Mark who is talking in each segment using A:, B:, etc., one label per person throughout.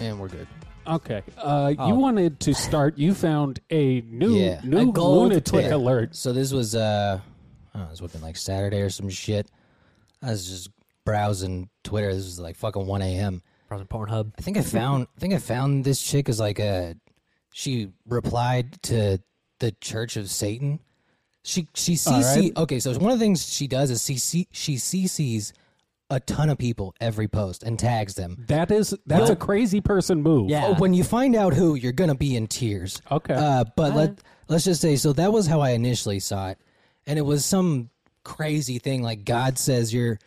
A: And we're good.
B: Okay. Uh,
A: Oh.
B: You wanted to start. You found a new
A: yeah.
B: new
A: a gold
B: lunatic
A: tick.
B: alert.
A: So this was uh, I don't know, this would have been like Saturday or some shit. I was just browsing Twitter. This was like fucking one a.m.
C: Probably Pornhub.
A: I think I found. I think I found this chick is like a. She replied to the Church of Satan. She she CC. Okay, so one of the things she does is CC. She CCs a ton of people every post and tags them.
B: That is that's a crazy person move.
C: Yeah.
A: Oh, when you find out who, you're gonna be in tears.
B: Okay.
A: Uh, but let let's just say so that was how I initially saw it, and it was some crazy thing like God says you're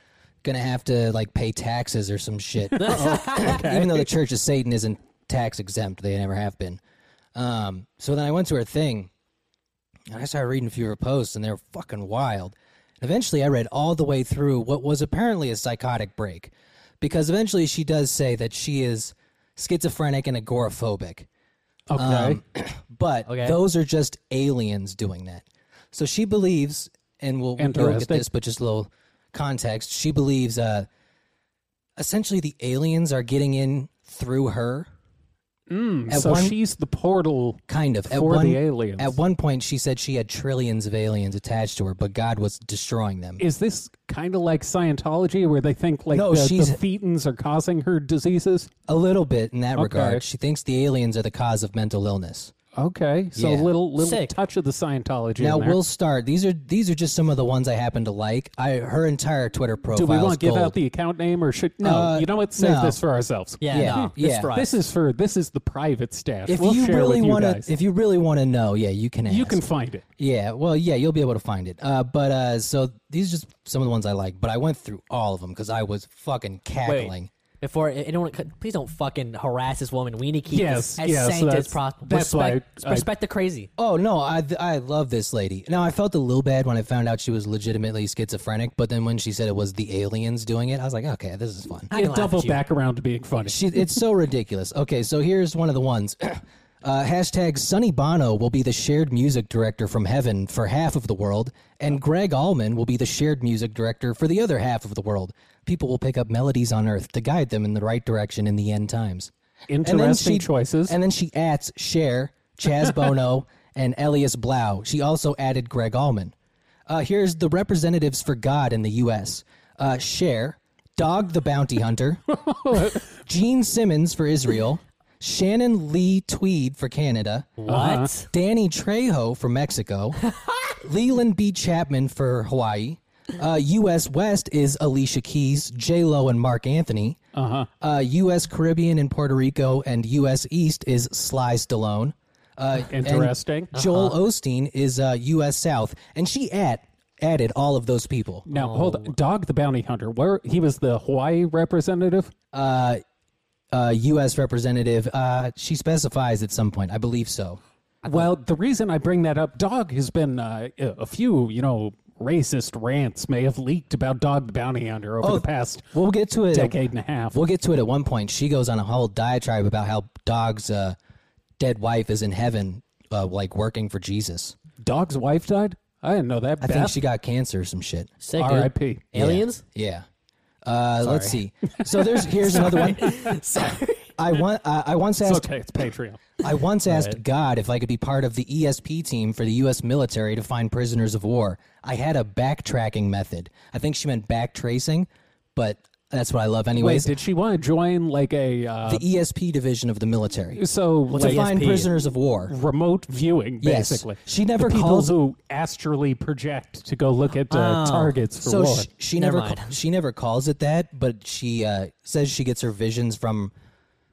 A: gonna have to like pay taxes or some shit. Even though the Church of Satan isn't tax exempt, they never have been. Um, so then I went to her thing, and I started reading a few of her posts, and they were fucking wild. And eventually, I read all the way through what was apparently a psychotic break, because eventually she does say that she is schizophrenic and agoraphobic.
B: Okay.
A: um,
B: Um,
A: But
C: Okay.
A: those are just aliens doing that. So she believes, and we'll we'll look at
B: Interesting.
A: this, but just a little context. She believes uh, essentially the aliens are getting in through her,
B: Mm,
A: at
B: so
A: one-
B: she's the portal.
A: kind of.
B: For the
A: one,
B: aliens.
A: At one point, she said she had trillions of aliens attached to her, but God was destroying them.
B: Is this kind of like Scientology, where they think like
A: No,
B: the, the
A: she's-
B: thetans are causing her diseases?
A: a little bit in that
B: Okay.
A: regard. She thinks the aliens are the cause of mental illness.
B: Okay. So
A: Yeah.
B: little little
C: Sick.
B: touch of the Scientology.
A: Now
B: in there.
A: we'll start. These are these are just some of the ones I happen to like. I her entire Twitter
B: do
A: profile.
B: we
A: is
B: want to give
A: gold.
B: out the account name or should no?
A: Uh,
B: you know what? Save
A: no.
B: this for ourselves.
C: Yeah,
A: Yeah,
C: no,
A: yeah.
C: it's fried.
B: This is for this is the private stash.
A: if
B: we'll
A: you
B: share
A: really
B: with you
A: want
B: guys.
A: to if you really want to know yeah you can ask.
B: you can find it.
A: yeah well yeah you'll be able to find it uh but uh so these are just some of the ones i like but i went through all of them because i was fucking cackling
C: Before anyone, please don't fucking harass this woman. We need to keep
B: Yes,
C: this as
B: yes,
C: saint
B: that's-
C: as possible.
B: that's why
C: respect,
B: I-
C: respect the crazy.
A: oh no i i love this lady now i felt a little bad when i found out she was legitimately schizophrenic but then when she said it was the aliens doing it i was like okay this is fun
C: I can
B: It
C: laugh at
B: doubled
C: you.
B: back around to being funny.
A: she it's so ridiculous okay so here's one of the ones Uh, hashtag Sonny Bono will be the shared music director from heaven for half of the world, and Greg Allman will be the shared music director for the other half of the world. People will pick up melodies on earth to guide them in the right direction in the end times. And then
B: Interesting
A: she-
B: choices.
A: And then she adds Cher, Chaz Bono, and Elias Blau. She also added Greg Allman. Uh, here's the representatives for God in the U.S. Uh, Cher, Dog the Bounty Hunter, Gene Simmons for Israel, Shannon Lee Tweed for Canada,
C: What?
B: Uh-huh.
A: Danny Trejo for Mexico, Leland B. Chapman for Hawaii. Uh, U.S. West is Alicia Keys, J. Lo, and Mark Anthony. Uh-huh. U.S. Caribbean and Puerto Rico, and U.S. East is Sly Stallone. Uh, and
B: Interesting.
A: Joel Osteen is uh, U.S. South, and she add, added all of those people.
B: Now hold
A: Oh.
B: on. Dog the Bounty Hunter. Where he was the Hawaii representative.
A: Uh, U.S. representative, uh, she specifies at some point, I believe so.
B: Well, the reason I bring that up, Dog has been uh, a few, you know, racist rants may have leaked about Dog the Bounty Hunter
A: Oh.
B: over the past
A: We'll get to it.
B: decade and a half.
A: We'll get to it at one point. She goes on a whole diatribe about how Dog's uh, dead wife is in heaven, uh, like working for Jesus.
B: Dog's wife died. I didn't know that.
A: I think she got cancer or some shit.
C: Sick, dude.
B: R.I.P.
C: Aliens?
A: Yeah. Uh, let's see. So there's here's another one. I want I, I once
B: It's
A: asked
B: okay. It's Patreon.
A: I once asked God if I could be part of the ESP team for the U.S. military to find prisoners of war. I had a backtracking method. I think she meant backtracing, but That's what I love, anyways.
B: Wait, did she want to join like a uh,
A: the ESP division of the military
B: so
A: to
B: like E
A: find
C: ESP?
A: prisoners of war.
B: remote viewing
A: Yes.
B: basically?
A: She never
B: the people
A: calls-
B: who astrally project to go look at uh, targets for
A: Oh. so
B: war.
A: sh- she
C: Never
A: never ca-
C: mind.
A: she never calls it that, but she uh, says she gets her visions from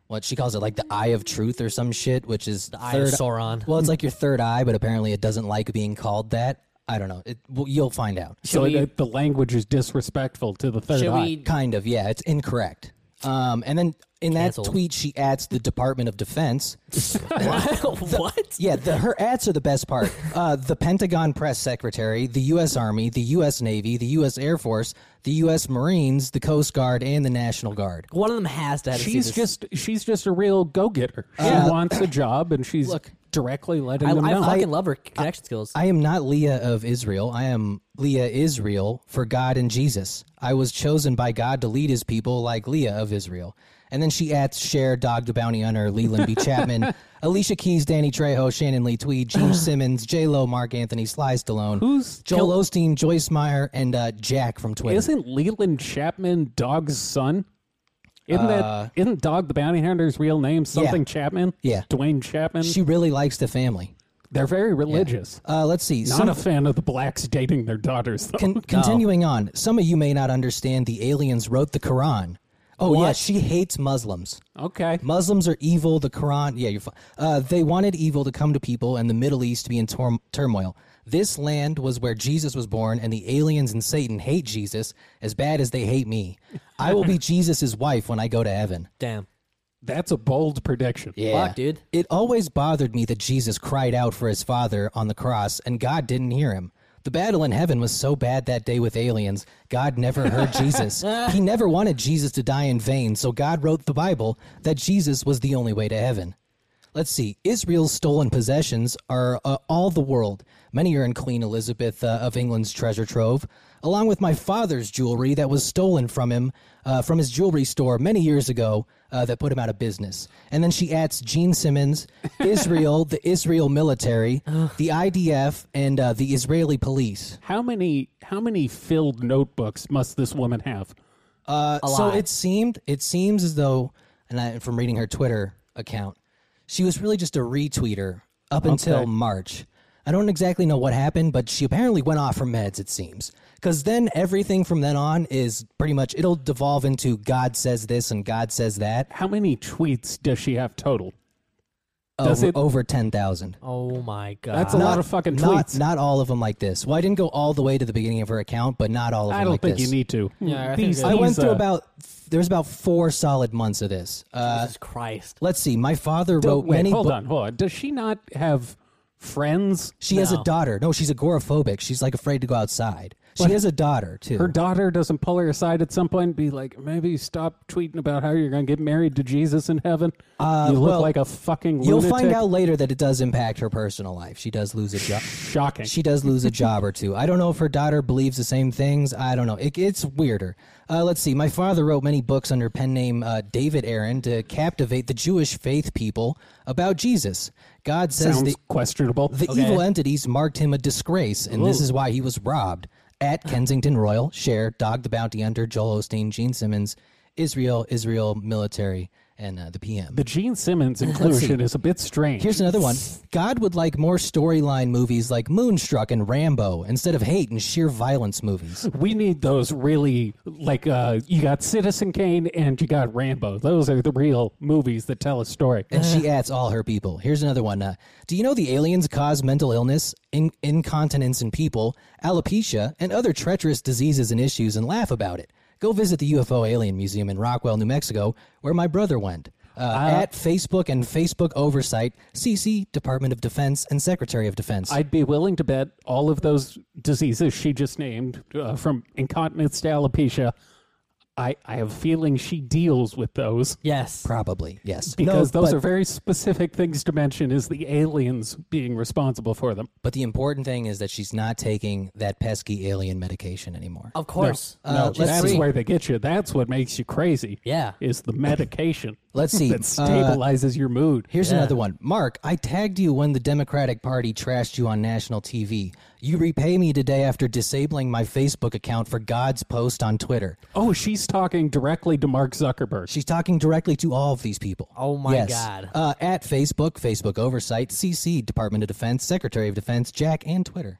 A: what she calls it, like the eye of truth or some shit, which is the
C: Eye of Sauron.
A: Well, it's like your third eye, but apparently it doesn't like being called that. I don't know. It, well, you'll find out.
B: so
C: Should we-
B: the, the language is disrespectful to the third
C: Should
B: eye.
C: we?
A: Kind of, yeah. It's incorrect. Um, and then in that
C: Canceled.
A: tweet, she adds the Department of Defense.
C: what?
A: Yeah, the, her ads are the best part. Uh, the Pentagon press secretary, the U.S. Army, the U.S. Navy, the U.S. Air Force, the U.S. Marines, the Coast Guard, and the National Guard.
C: One of them has to. Have
B: She's
C: to see this.
B: just she's just a real go getter. She
A: Uh,
B: wants a job, and she's directly letting
C: I,
B: them
C: I
B: know.
C: fucking love her connection skills.
A: I am not Leah of Israel. I am Leah Israel for God and Jesus. I was chosen by God to lead his people like Leah of Israel. And then she adds Cher, Dog the Bounty Hunter, Leland B. Chapman, Alicia Keys, Danny Trejo, Shannon Lee Tweed, Gene Simmons, J Lo, Mark Anthony, Sly Stallone,
B: Who's
A: Joel Osteen, Joyce Meyer, and uh, Jack from Twitter.
B: Isn't Leland Chapman Dog's son? Isn't that isn't Dog the Bounty Hunter's real name? Something Chapman?
A: Uh, Yeah.
B: Dwayne Chapman.
A: She really likes the family.
B: They're very religious.
A: Uh, let's see.
B: Not
A: Some-
B: a fan of the blacks dating their daughters though.
A: Con- Continuing on, some of you may not understand the aliens wrote the Quran. Oh, yeah, she hates Muslims.
B: okay.
A: Muslims are evil. The Quran, yeah, you're fine. Uh, they wanted evil to come to people and the Middle East to be in tor- turmoil. This land was where Jesus was born, and the aliens and Satan hate Jesus as bad as they hate me. I will be Jesus' wife when I go to heaven.
C: Damn.
B: That's a bold prediction.
C: Fuck, dude.
A: It always bothered me that Jesus cried out for his father on the cross, and God didn't hear him. The battle in heaven was so bad that day with aliens, God never heard Jesus. He never wanted Jesus to die in vain, so God wrote the Bible that Jesus was the only way to heaven. Let's see. Israel's stolen possessions are uh, all the world. Many are in Queen Elizabeth uh, of England's treasure trove, along with my father's jewelry that was stolen from him uh, from his jewelry store many years ago uh, that put him out of business. And then she adds Gene Simmons, Israel, the Israel military, the IDF, and uh, the Israeli police.
B: How many how many filled notebooks must this woman have?
A: Uh, so it seemed it seems as though, and I, from reading her Twitter account, she was really just a retweeter up until March. I don't exactly know what happened, but she apparently went off her meds. It seems because then everything from then on is pretty much it'll devolve into God says this and God says that.
B: How many tweets does she have total? Does
A: Over,
B: it-
A: over ten thousand.
C: Oh my god.
B: That's a lot of fucking
A: Not,
B: tweets.
A: not all of them like this. Well, I didn't go all the way to the beginning of her account, but not all of them
B: I don't
A: like
B: think
A: this.
B: you need to.
C: Yeah, I think
B: These-
C: so.
A: I went
B: these,
A: through
B: uh,
A: about there's about four solid months of this. Uh,
C: Jesus Christ.
A: let's see. My father
B: Don't-
A: wrote
B: wait,
A: many
B: hold
A: books.
B: on, hold on. Does she not have friends?
A: She has a daughter. No, she's agoraphobic. She's like afraid to go outside. She has a daughter too.
B: Her daughter doesn't pull her aside at some point and be like, maybe stop tweeting about how you're going to get married to Jesus in heaven. you look
A: Uh, well,
B: like a fucking
A: You'll
B: lunatic.
A: find out later that it does impact her personal life. She does lose a job.
B: Shocking.
A: She does lose a job or two. I don't know if her daughter believes the same things. I don't know. It, it's weirder. Uh, let's see. My father wrote many books under pen name uh, David Aaron to captivate the Jewish faith people about Jesus. God says
B: Sounds
A: the
B: questionable.
A: The evil entities marked him a disgrace, and this is why he was robbed. At Kensington Royal, Cher, Dog the Bounty Hunter, Joel Osteen, Gene Simmons, Israel, Israel military, and uh, the PM.
B: the Gene Simmons inclusion is a bit strange.
A: Here's another one. God would like more storyline movies like Moonstruck and Rambo instead of hate and sheer violence movies.
B: we need those really like uh, you got Citizen Kane and you got Rambo. Those are the real movies that tell a story.
A: And she adds all her people. Here's another one. Uh, do you know the aliens cause mental illness, in- incontinence in people, alopecia, and other treacherous diseases and issues and laugh about it? Go visit the UFO Alien Museum in Rockwell, New Mexico, where my brother went. Uh, at Facebook and Facebook Oversight, CC, Department of Defense, and Secretary of Defense.
B: I'd be willing to bet all of those diseases she just named, uh, from incontinence to alopecia. I, I have a feeling she deals with those.
C: Yes.
A: Probably, yes.
B: because
A: no,
B: those
A: but,
B: are very specific things to mention is the aliens being responsible for them
A: but the important thing is that she's not taking that pesky alien medication anymore.
C: Of course.
A: Uh,
B: no
A: let's
B: that's
A: see.
B: where they get you that's what makes you crazy
C: Yeah.
B: is the medication
A: Let's see.
B: that
A: Uh,
B: stabilizes your mood
A: Here's another one. Mark, I tagged you when the Democratic Party trashed you on national TV. You repay me today after disabling my Facebook account for God's post on Twitter.
B: Oh, she's talking directly to Mark Zuckerberg.
A: She's talking directly to all of these people.
C: Oh my
A: Yes.
C: God.
A: Uh, at Facebook, Facebook Oversight, CC, Department of Defense, Secretary of Defense, Jack, and Twitter.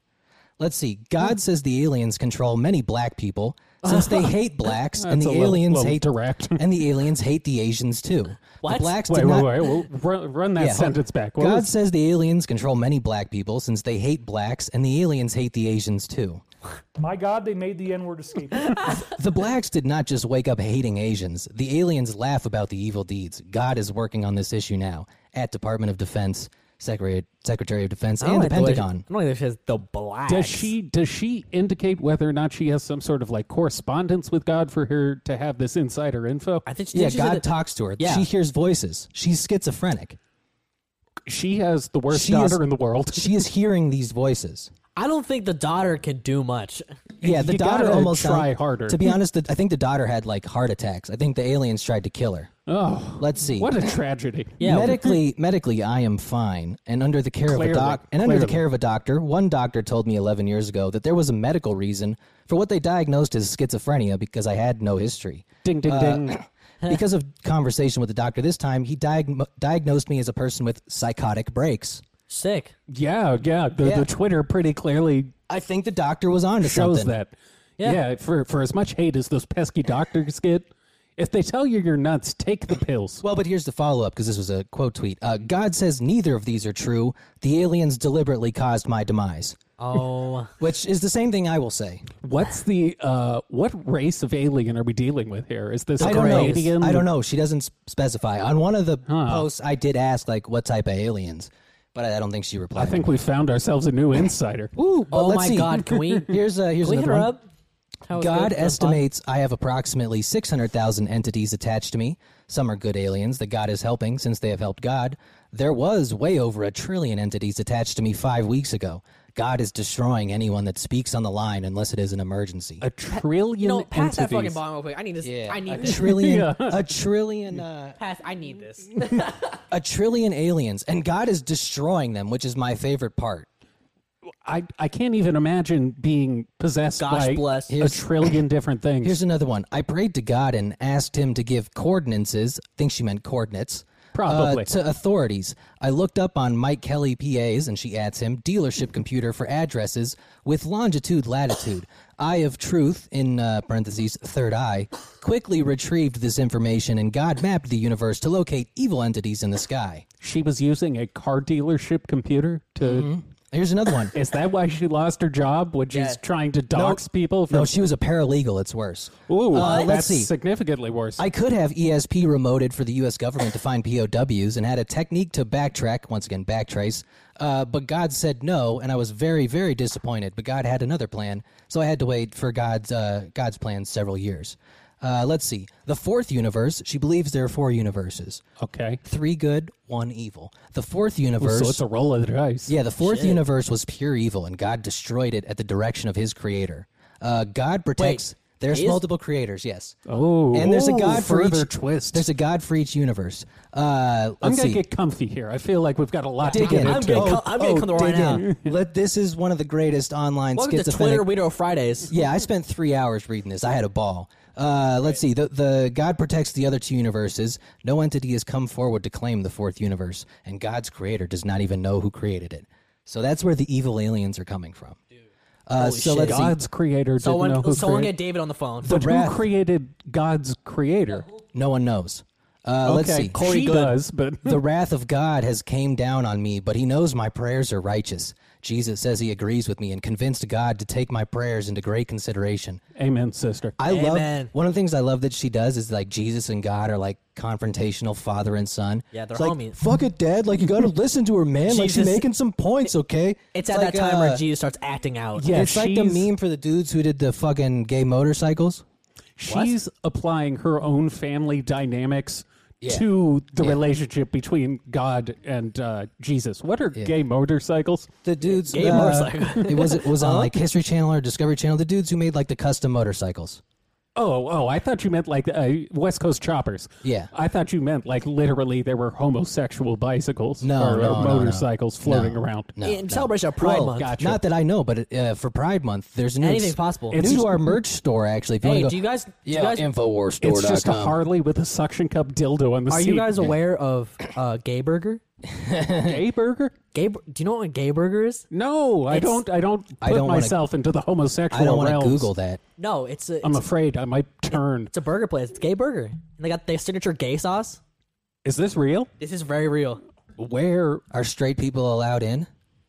A: Let's see.
C: Hmm.
A: God says the aliens control many black people since they hate blacks and
B: That's
A: the
B: a little-
A: aliens
B: little
A: hate
B: direct.
A: and the aliens hate the Asians too. The
C: What?
A: blacks
B: Wait,
A: did
B: wait,
A: not,
B: wait, wait. Run, run that
A: Yeah.
B: sentence back. What
A: God
B: was-
A: says the aliens control many black people since they hate blacks and the aliens hate the Asians too.
D: My God, they made the N word escape.
A: The blacks did not just wake up hating Asians. The aliens laugh about the evil deeds. God is working on this issue now at Department of Defense, Secretary, Secretary of Defense,
B: Oh,
C: I don't
A: and the
C: like way-
A: Pentagon.
C: I don't think she has the black.
B: does she does she indicate whether or not she has some sort of like correspondence with God for her to have this insider info?
C: I think she,
A: Yeah,
C: she's
A: God
C: a-
A: talks to her.
C: Yeah.
A: She hears voices. She's schizophrenic.
B: She has the worst
A: She
B: daughter
A: is-
B: in the world.
A: She is hearing these voices.
C: I don't think the daughter can do much.
A: Yeah, the
B: You
A: daughter
B: gotta
A: almost
B: try
A: sound-
B: harder.
A: To be honest, the, I think the daughter had like heart attacks. I think the aliens tried to kill her.
B: oh,
A: Let's see.
B: what a tragedy!
C: Yeah.
A: medically, medically, I am fine, and under the care
B: Clearly,
A: of a doc, and under the
B: clearly.
A: care of a doctor. One doctor told me 11 years ago that there was a medical reason for what they diagnosed as schizophrenia because I had no history.
B: Ding ding
A: Uh,
B: ding.
A: because of conversation with the doctor this time, he diag- diagnosed me as a person with psychotic breaks.
C: Sick.
B: Yeah, yeah. The,
A: Yeah.
B: the Twitter pretty clearly
A: I think the doctor was on to
B: shows
A: something.
B: that. Yeah. for for as much hate as those pesky doctors get, if they tell you you're nuts, take the pills.
A: Well, but here's the follow up because this was a quote tweet. Uh, God says neither of these are true. The aliens deliberately caused my demise,
C: Oh,
A: which is the same thing I will say.
B: What's the uh what race of alien are we dealing with here? Is this
A: I don't know.
B: Canadian?
A: I don't know. She doesn't s- specify. On one of the posts, I did ask like what type of aliens, but I I don't think she replied.
B: I think we found ourselves a new insider.
A: Ooh, but
C: oh
A: let's
C: my
A: see.
C: God. Can we? can
A: Here's uh, here's
C: we hit
A: another
C: her
A: one.
C: up? How it's
A: God
C: good for the
A: estimates I have approximately 600,000 entities attached to me. Some are good aliens that God is helping since they have helped God. There was way over a trillion entities attached to me five weeks ago. God is destroying anyone that speaks on the line unless it is an emergency.
B: A trillion
C: You know, pass that fucking
B: entities.
C: bomb real quick. I need this.
A: Yeah,
C: I need
A: a
C: this.
A: trillion, a trillion, uh,
C: Pass. I need this.
A: a trillion aliens, and God is destroying them, which is my favorite part.
B: I I can't even imagine being possessed
C: Gosh
B: by
C: bless.
B: a trillion different things.
A: Here's another one. I prayed to God and asked him to give coordinates. I think she meant coordinates.
B: Probably.
A: uh, to authorities. I looked up on Mike Kelly PA's, and she adds him dealership computer for addresses with longitude latitude. Eye of Truth, in uh, parentheses, third eye, quickly retrieved this information, and God mapped the universe to locate evil entities in the sky.
B: she was using a car dealership computer to.
A: Mm-hmm. Here's another one.
B: Is that why she lost her job when she's trying to dox people? For,
A: No, Oh, she was a paralegal. It's worse.
B: Ooh,
A: Uh,
B: that's
A: let's see.
B: significantly worse.
A: I could have ESP remoted for the U.S. government to find POWs and had a technique to backtrack, once again, backtrace, uh, but God said no, and I was very, very disappointed. But God had another plan, so I had to wait for God's, uh, God's plan several years. Uh, let's see. The fourth universe, she believes there are four universes
B: okay,
A: three good, one evil. The fourth universe.
B: so it's a roll of the dice.
A: Yeah, the fourth universe was pure evil, and God destroyed it at the direction of his creator. Uh, God protects. there's multiple creators, yes.
B: Oh,
A: and there's a
B: Ooh,
A: God for
B: further
A: each
B: twist.
A: There's a God for each universe. Uh,
B: I'm
A: let's
B: gonna
A: see.
B: get comfy here. I feel like we've got a lot
A: dig
B: to get
A: in.
B: Oh,
C: I'm
B: into.
C: gonna co- I'm gonna come to right
A: dig
C: now.
A: in. Let this is one of the greatest online
C: Welcome to
A: schizophrenic
C: Twitter Weirdo Fridays.
A: yeah, I spent three hours reading this. I had a ball. Uh, let's see. The, the God protects the other two universes. No entity has come forward to claim the fourth universe, and God's creator does not even know who created it. So that's where the evil aliens are coming from. Uh, so
C: shit.
A: let's see.
B: God's creator didn't know
C: Someone,
B: who
C: someone
B: created.
C: get David on the phone.
B: But who
A: wrath.
B: created God's creator?
A: No one knows. Uh, Let's
B: okay,
A: see.
B: she does, but
A: the wrath of God has came down on me, but he knows my prayers are righteous. Jesus says he agrees with me and convinced God to take my prayers into great consideration.
B: amen, sister.
A: I
C: Amen.
A: love one of the things I love that she does is like Jesus and God are like confrontational father and son.
C: Yeah, they're
A: It's like,
C: homies.
A: Fuck it, Dad. Like you got to listen to her, man. Like she's
C: Jesus-
A: making some points, okay?
C: it's at
A: like,
C: that time where
A: uh,
C: Jesus starts acting out.
B: Yeah,
A: it's like the
B: she's-
A: meme for the dudes who did the fucking gay motorcycles.
B: She's applying her own family dynamics to the relationship between God and uh, Jesus. What are gay motorcycles?
A: The dudes,
C: Gay
A: uh,
C: motorcycle.
A: it was it was on like History Channel or Discovery Channel. The dudes who made like the custom motorcycles.
B: Oh, oh, I thought you meant like uh, West Coast choppers.
A: Yeah.
B: I thought you meant like literally there were homosexual bicycles
A: No,
B: or, or
A: no, no, no.
B: motorcycles floating around.
A: No,
C: in
A: no.
C: celebration of Pride
A: Well,
C: Month.
B: gotcha.
A: Not that I know, but uh, for Pride Month, there's new
C: Anything's possible.
A: New
B: It's
A: to
B: just-
A: our merch store, actually. If you
C: Hey,
A: wanna go,
C: do you guys? Do
A: yeah,
C: you guys
A: Infowarsstore.com.
B: It's just a Harley with a suction cup dildo on the
C: are
B: seat.
C: you guys aware of uh, Gay Burger?
B: gay burger?
C: Gay, Bur- do you know what a Gay Burger is?
B: No, I don't. I don't put
A: I don't wanna-
B: myself into the homosexual
A: I don't want
B: realms.
A: to Google that.
C: No, it's a
B: I'm
C: it's,
B: afraid I might turn.
C: it's a burger place. It's Gay Burger, and they got their signature gay sauce.
B: Is this real?
C: This is very real.
B: Where
A: Are straight people allowed in?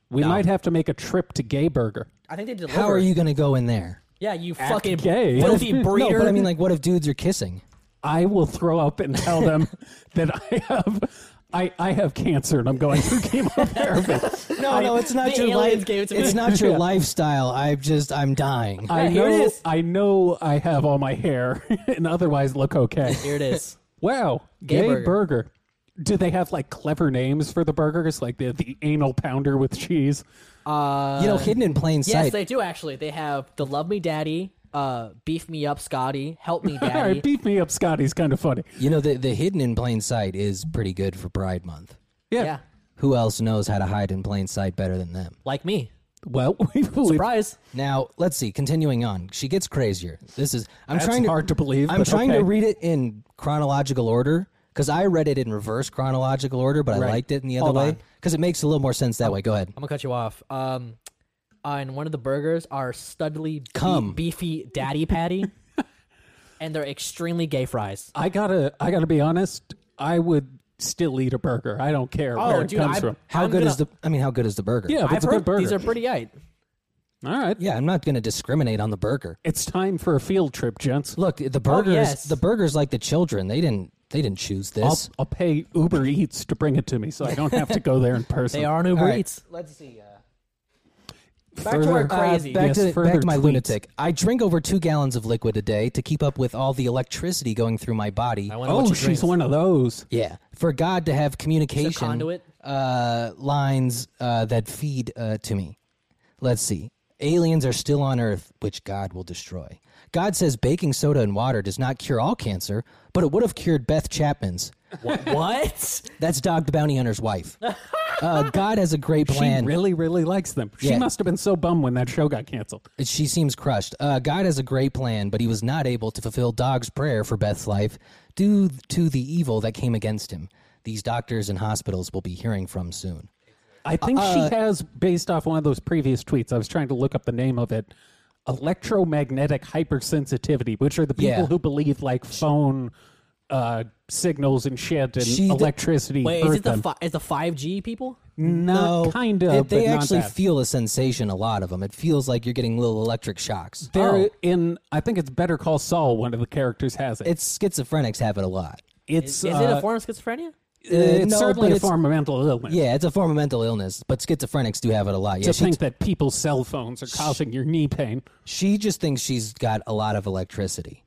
B: we might have to make a trip to Gay Burger.
C: I think they deliver.
A: How are you going to go in there?
C: Yeah, you fucking
B: gay.
C: filthy breeder.
A: No, but I mean, like, what if dudes are kissing?
B: I will throw up and tell them that I have. I, I have cancer and I'm going through chemotherapy.
A: No, no, it's not
C: the
A: your
C: aliens
A: life.
C: gave it to
A: It's
C: me.
A: not your lifestyle. I'm just, I'm dying.
B: I
C: here it
B: know
C: is.
B: I know I have all my hair and otherwise look okay.
C: Here it is.
B: Wow,
C: Gay
B: gay,
C: burger.
B: burger. Do they have like clever names for the burgers, like the, the anal pounder with cheese?
A: you know, hidden in plain
C: Yes,
A: sight.
C: they do actually. They have the Love Me Daddy, uh, Beef Me Up Scotty, Help Me
B: All right,
C: Daddy.
B: beat me up, Scotty's kind of funny.
A: you know, the, the hidden in plain sight is pretty good for Pride Month.
B: Yeah.
C: yeah,
A: Who else knows how to hide in plain sight better than them?
C: like me.
B: Well, we believe
C: Surprise.
A: Now, let's see. Continuing on, she gets crazier. This is I'm
B: That's
A: trying to
B: hard to believe,
A: I'm
B: but
A: trying to
B: okay.
A: read it in chronological order because I read it in reverse chronological order, but I liked it in the other
C: Hold
A: way
C: on.
A: because it makes a little more sense that way. Go ahead.
C: I'm gonna cut you off. Um, on one of the burgers are studly, be-
A: Come.
C: beefy daddy patty, and they're extremely gay fries.
B: I gotta I gotta be honest. I would still eat a burger. I don't
A: Oh,
B: care where it
C: Oh, dude,
B: comes
C: I-
B: from.
A: How
C: I'm
A: good
C: gonna-
A: is the? I mean, how good is the burger?
B: Yeah, if
C: I've
B: it's a good
C: heard
B: burger.
C: these are pretty yite.
B: All right,
A: yeah. I'm not going to discriminate on the burger.
B: it's time for a field trip, gents.
A: Look, the burgers.
C: Oh, yes.
A: The burgers like the children. They didn't. They didn't choose
B: I'll,
A: this.
B: I'll pay Uber Eats to bring it to me, so I don't have to go there in person.
C: They are new
A: right.
C: breeds.
A: Let's see. Uh,
C: Back to
B: Further-
C: our crazy.
A: back
B: Yes,
A: to back
B: further
A: to my
B: tweets.
A: lunatic. I drink over two gallons of liquid a day to keep up with all the electricity going through my body.
C: I wanna know what
B: Oh,
C: she
B: she's
C: drinks.
B: one of those.
A: Yeah, for God to have communication
C: conduit?
A: Uh, lines uh, that feed uh, to me. Let's see. Aliens are still on Earth, which God will destroy. God says baking soda and water does not cure all cancer, but it would have cured Beth Chapman's.
C: Wha- what?
A: That's Dog the Bounty Hunter's wife. Uh, God has a great plan.
B: She really, really likes them. She
A: Yeah.
B: must have been so bummed when that show got canceled.
A: She seems crushed. Uh, God has a great plan, but he was not able to fulfill Dog's prayer for Beth's life due to the evil that came against him. These doctors and hospitals will be hearing from soon.
B: I think
A: Uh,
B: she has, based off one of those previous tweets, I was trying to look up the name of it electromagnetic hypersensitivity, which are the people
A: Yeah.
B: who believe like phone uh, signals and shit and
A: She-
B: electricity.
C: Wait,
B: hurt
C: is it the
B: them.
C: fi- is the five G people?
B: Not
A: No,
B: kind of,
A: it- They
B: but
A: actually
B: not that.
A: feel a sensation. A lot of them. It feels like you're getting little electric shocks.
B: They're
C: Oh.
B: in, I think it's Better Call Saul, one of the characters has it.
A: It's schizophrenics have it a lot.
B: it's, uh,
C: Is it
A: uh,
C: a form of schizophrenia?
B: it's
A: no,
B: certainly
A: but
B: a
A: it's-
B: form of mental illness.
A: Yeah, it's a form of mental illness, but schizophrenics do have it a lot. Yeah,
B: To
A: she,
B: think that people's cell phones are causing your knee pain.
A: she just thinks she's got a lot of electricity.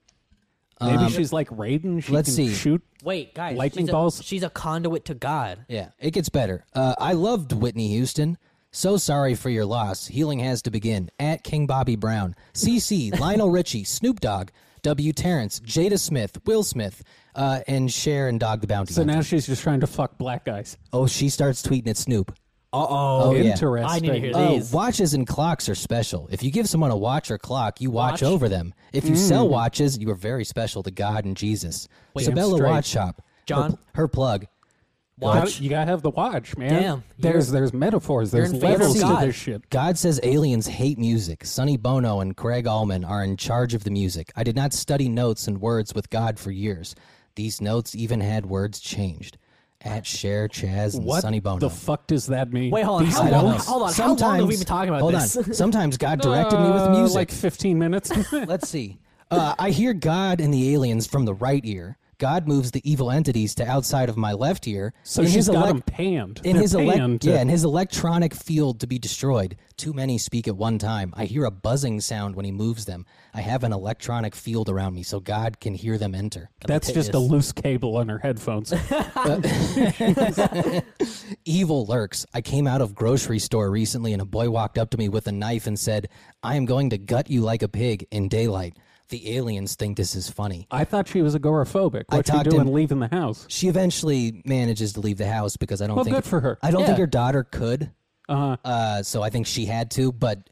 B: Maybe she's like Raiden. She
A: Um, let's
B: can
A: see.
B: shoot
C: Wait, guys,
B: Lightning
C: she's a,
B: balls?
C: She's a conduit to God.
A: Yeah, it gets better. Uh, I loved Whitney Houston. So sorry for your loss. Healing has to begin. At King Bobby Brown, CC, Lionel Richie, Snoop Dogg, W. Terrence, Jada Smith, Will Smith, uh, and Cher and Dog the Bounty.
B: So
A: Hunter.
B: now she's just trying to fuck black guys.
A: oh, she starts tweeting at Snoop.
C: Uh oh.
A: yeah.
B: Interesting.
C: I need to hear
A: Oh,
C: these.
A: watches and clocks are special. If you give someone a watch or clock, you watch, over them. If
C: Mm.
A: you sell watches, you are very special to God and Jesus. Sabella
B: straight.
A: Watch Shop.
C: John?
A: Her, her plug.
C: Watch.
B: You gotta have the watch, man.
C: Damn,
B: There's
C: you're-
B: there's metaphors. There's
C: in favor of
B: levels to
C: God.
B: this shit.
A: God says aliens hate music. Sonny Bono and Craig Allman are in charge of the music. I did not study notes and words with God for years. These notes even had words changed. At Cher, Chaz, and
B: What
A: Sonny Bono.
B: the fuck does that mean?
C: Wait, hold on.
B: These
C: How
A: I don't
C: long?
A: know.
C: Hold on. How long have we been talking about
A: hold
C: this?
A: on. Sometimes God directed me with
B: Uh,
A: music.
B: like 15 minutes.
A: Let's see. Uh, I hear God and the aliens from the right ear. God moves the evil entities to outside of my left ear.
B: so
A: In
B: she's
A: his
B: got
A: elec-
B: him panned.
A: in
B: They're
A: his elec-
B: panned.
A: yeah, in his electronic field to be destroyed. Too many speak at one time. I hear a buzzing sound when he moves them. I have an electronic field around me, so God can hear them enter.
B: That's just a loose cable on her headphones.
A: Evil lurks. I came out of grocery store recently, and a boy walked up to me with a knife and said, "I am going to gut you like a pig in daylight." the aliens think this is funny.
B: I thought she was agoraphobic.
A: I
B: What's she
A: talked
B: doing
A: him-
B: leaving the house?
A: She eventually manages to leave the house because I don't
B: Well,
A: think
B: good for her.
A: I don't
C: Yeah.
A: think her daughter could. Uh-huh. so I think she had to, but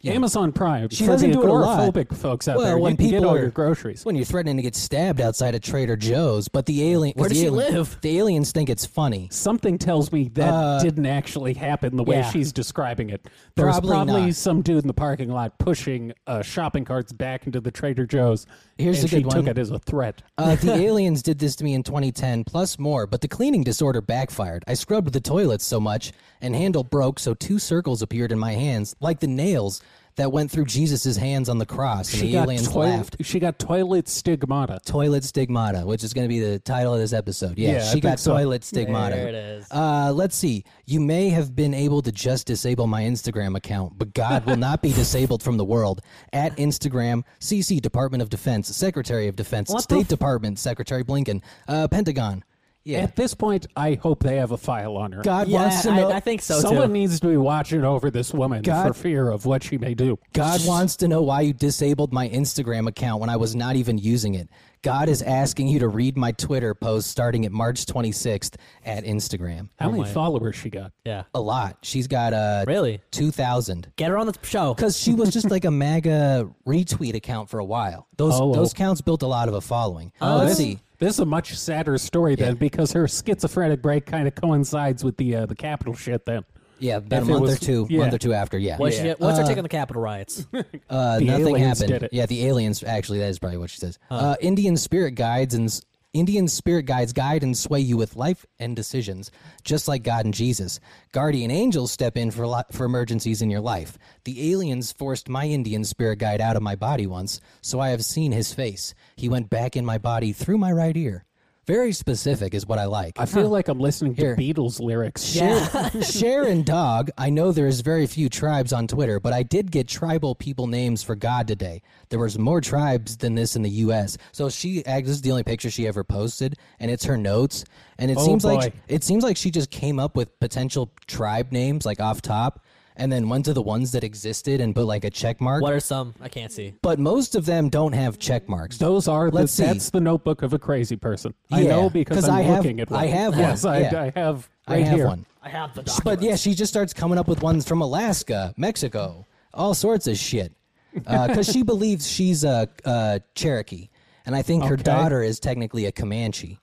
A: Yeah.
B: Amazon Prime.
A: She
B: for
A: doesn't
B: the
A: do it a lot.
B: agoraphobic folks out
A: Well,
B: there.
A: when
B: you can get
A: people
B: all
A: are-
B: your groceries.
A: when you're threatening to get stabbed outside of Trader Joe's, but the alien 'cause
C: Where does
A: the
C: she
A: alien-
C: live?
A: The aliens think it's funny.
B: Something tells me that
A: Uh,
B: didn't actually happen the way
C: yeah.
B: she's describing it. There was
A: Probably
B: probably
A: not.
B: some dude in the parking lot pushing uh, shopping carts back into the Trader Joe's.
A: Here's
B: and
A: a
B: she
A: good
B: took
A: one.
B: it as a threat.
A: Uh, the aliens did this to me in 2010, plus more, but the cleaning disorder backfired. I scrubbed the toilets so much, and handle broke, so two circles appeared in my hands, like the nails that went through Jesus' hands on the cross, and
B: She
A: the
B: got
A: aliens
B: toi-
A: laughed.
B: She got toilet stigmata.
A: Toilet stigmata, which is going to be the title of this episode. Yeah,
B: Yeah, I
A: she
B: think
A: got
B: so.
A: toilet stigmata.
C: There it is.
A: Uh, let's see. You may have been able to just disable my Instagram account, but God will not be disabled from the world. At Instagram, CC Department of Defense, Secretary of Defense,
B: What the
A: State
B: f-
A: Department, Secretary Blinken, uh, Pentagon. Yeah.
B: At this point, I hope they have a file on her.
A: God
C: Yeah,
A: wants to
C: I-
A: know.
C: I, think so
B: Someone
C: too.
B: needs to be watching over this woman
A: God-
B: for fear of what she may do.
A: God wants to know why you disabled my Instagram account when I was not even using it. God is asking you to read my Twitter post starting at March 26th at Instagram.
B: How many followers she got?
C: yeah,
A: A lot. She's got uh,
C: Really?
A: 2,000.
C: get her on the show.
A: because she was just like a MAGA retweet account for a while. Those
B: Oh, well. Oh,
A: those counts built a lot of a following. Let's see.
B: This is a much sadder story then, because her schizophrenic break kind of coincides with the uh, the capital shit. Then
A: Yeah, about a
B: If it
A: month
B: was-
A: or two,
B: yeah.
A: month or two after. Yeah,
C: What's, she, what's her take on the Capitol riots?
A: uh,
B: The
A: nothing
B: aliens
A: happened.
B: did it.
A: Yeah, the aliens. Actually, that is probably what she says. Uh, Indian spirit guides and s- Indian spirit guides guide and sway you with life and decisions, just like God and Jesus. Guardian angels step in for li- for emergencies in your life. The aliens forced my Indian spirit guide out of my body once, so I have seen his face. He went back in my body through my right ear. Very specific is what I like.
B: I feel like I'm listening
A: Here.
B: to Beatles lyrics.
A: Sharon, Sharon Dog, I know there is very few tribes on Twitter, but I did get tribal people names for God today. There was more tribes than this in the U.S. So she, act- this is the only picture she ever posted, and it's her notes. And it
B: Oh,
A: seems
B: boy.
A: like it seems like she just came up with potential tribe names like off top, and then went to the ones that existed and put like a check mark.
C: what are some? I can't see.
A: But most of them don't have check marks.
B: Those are the,
A: Let's see.
B: that's the notebook of a crazy person. I
A: Yeah,
B: know because
A: 'cause
B: I'm
A: I have-
B: looking at one.
A: I have one,
B: Yes, I,
A: yeah.
B: I have.
A: I
B: right
A: have
B: here.
A: one.
C: I have the
A: But yeah, she just starts coming up with ones from Alaska, Mexico, all sorts of shit. Because she believes she's a, a Cherokee. And I think her
B: Okay.
A: daughter is technically a Comanche.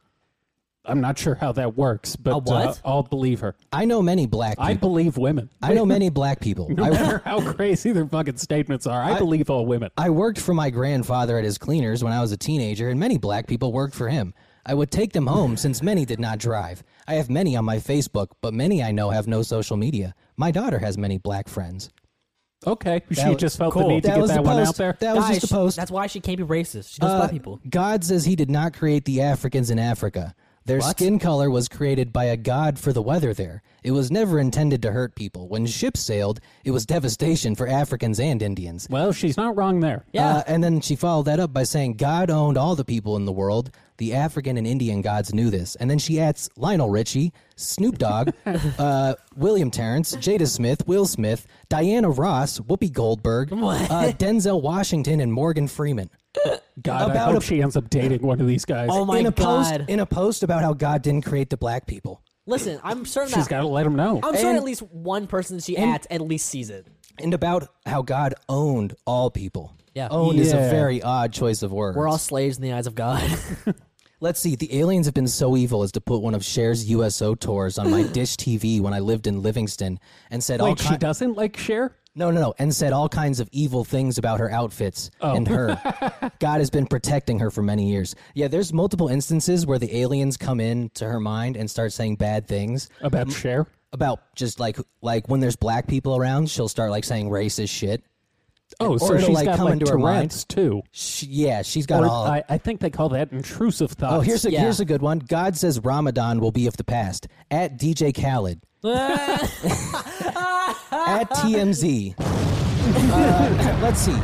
B: I'm not sure how that works, but
C: A what?
B: Uh, I'll believe her.
A: I know many black
B: I
A: people.
B: believe women.
A: I, know many black people.
B: No
A: I,
B: matter how crazy their fucking statements are, I, believe all women.
A: I worked for my grandfather at his cleaners when I was a teenager, and many black people worked for him. I would take them home since many did not drive. I have many on my Facebook, but many I know have no social media. My daughter has many black friends.
B: Okay, she
A: was-
B: just felt
A: cool.
B: the need to
A: That
B: get
A: was
B: that
A: the
B: one
A: post.
B: out there.
A: That was just a post. Uh,
C: That's why she can't be racist. She doesn't love people.
A: God says he did not create the Africans in Africa. Their skin color was created by a god for the weather there. It was never intended to hurt people. When ships sailed, it was devastation for Africans and Indians.
B: well, she's not wrong there.
C: Yeah.
A: Uh, and then she followed that up by saying, God owned all the people in the world. The African and Indian gods knew this. And then she adds Lionel Richie, Snoop Dogg, uh, William Terrence, Jada Smith, Will Smith, Diana Ross, Whoopi Goldberg, uh, Denzel Washington, and Morgan Freeman.
B: God, I
A: About
B: hope
A: a-
B: she ends up dating one of these guys.
C: Oh my
A: in a
C: god!
A: post in a post about how God didn't create the black people.
C: Listen, I'm certain
B: She's
C: that
B: got to let him know.
C: I'm certain at least one person she at at least sees it.
A: And about how God owned all people.
C: Yeah.
A: Owned is a
B: Yeah.
A: very odd choice of words.
C: We're all slaves in the eyes of God.
A: Let's see, the aliens have been so evil as to put one of Cher's USO tours on my dish TV when I lived in Livingston and said all
B: Wait, she
A: kinds
B: doesn't like share?
A: No, no, no, and said all kinds of evil things about her outfits
C: Oh.
A: and her. God has been protecting her for many years. Yeah, there's multiple instances where the aliens come in to her mind and start saying bad things.
B: About share?
A: about just like like when there's black people around, she'll start like saying racist shit.
B: Oh, so
A: it'll,
B: she's
A: like,
B: got
A: come
B: like
A: into her mind.
B: Tourette's too.
A: She, yeah, she's got
B: Or
A: all.
B: I, I think they call that intrusive thoughts.
A: oh, here's a
C: Yeah.
A: here's a good one. God says Ramadan will be of the past. At DJ Khaled. at TMZ. Uh, let's see.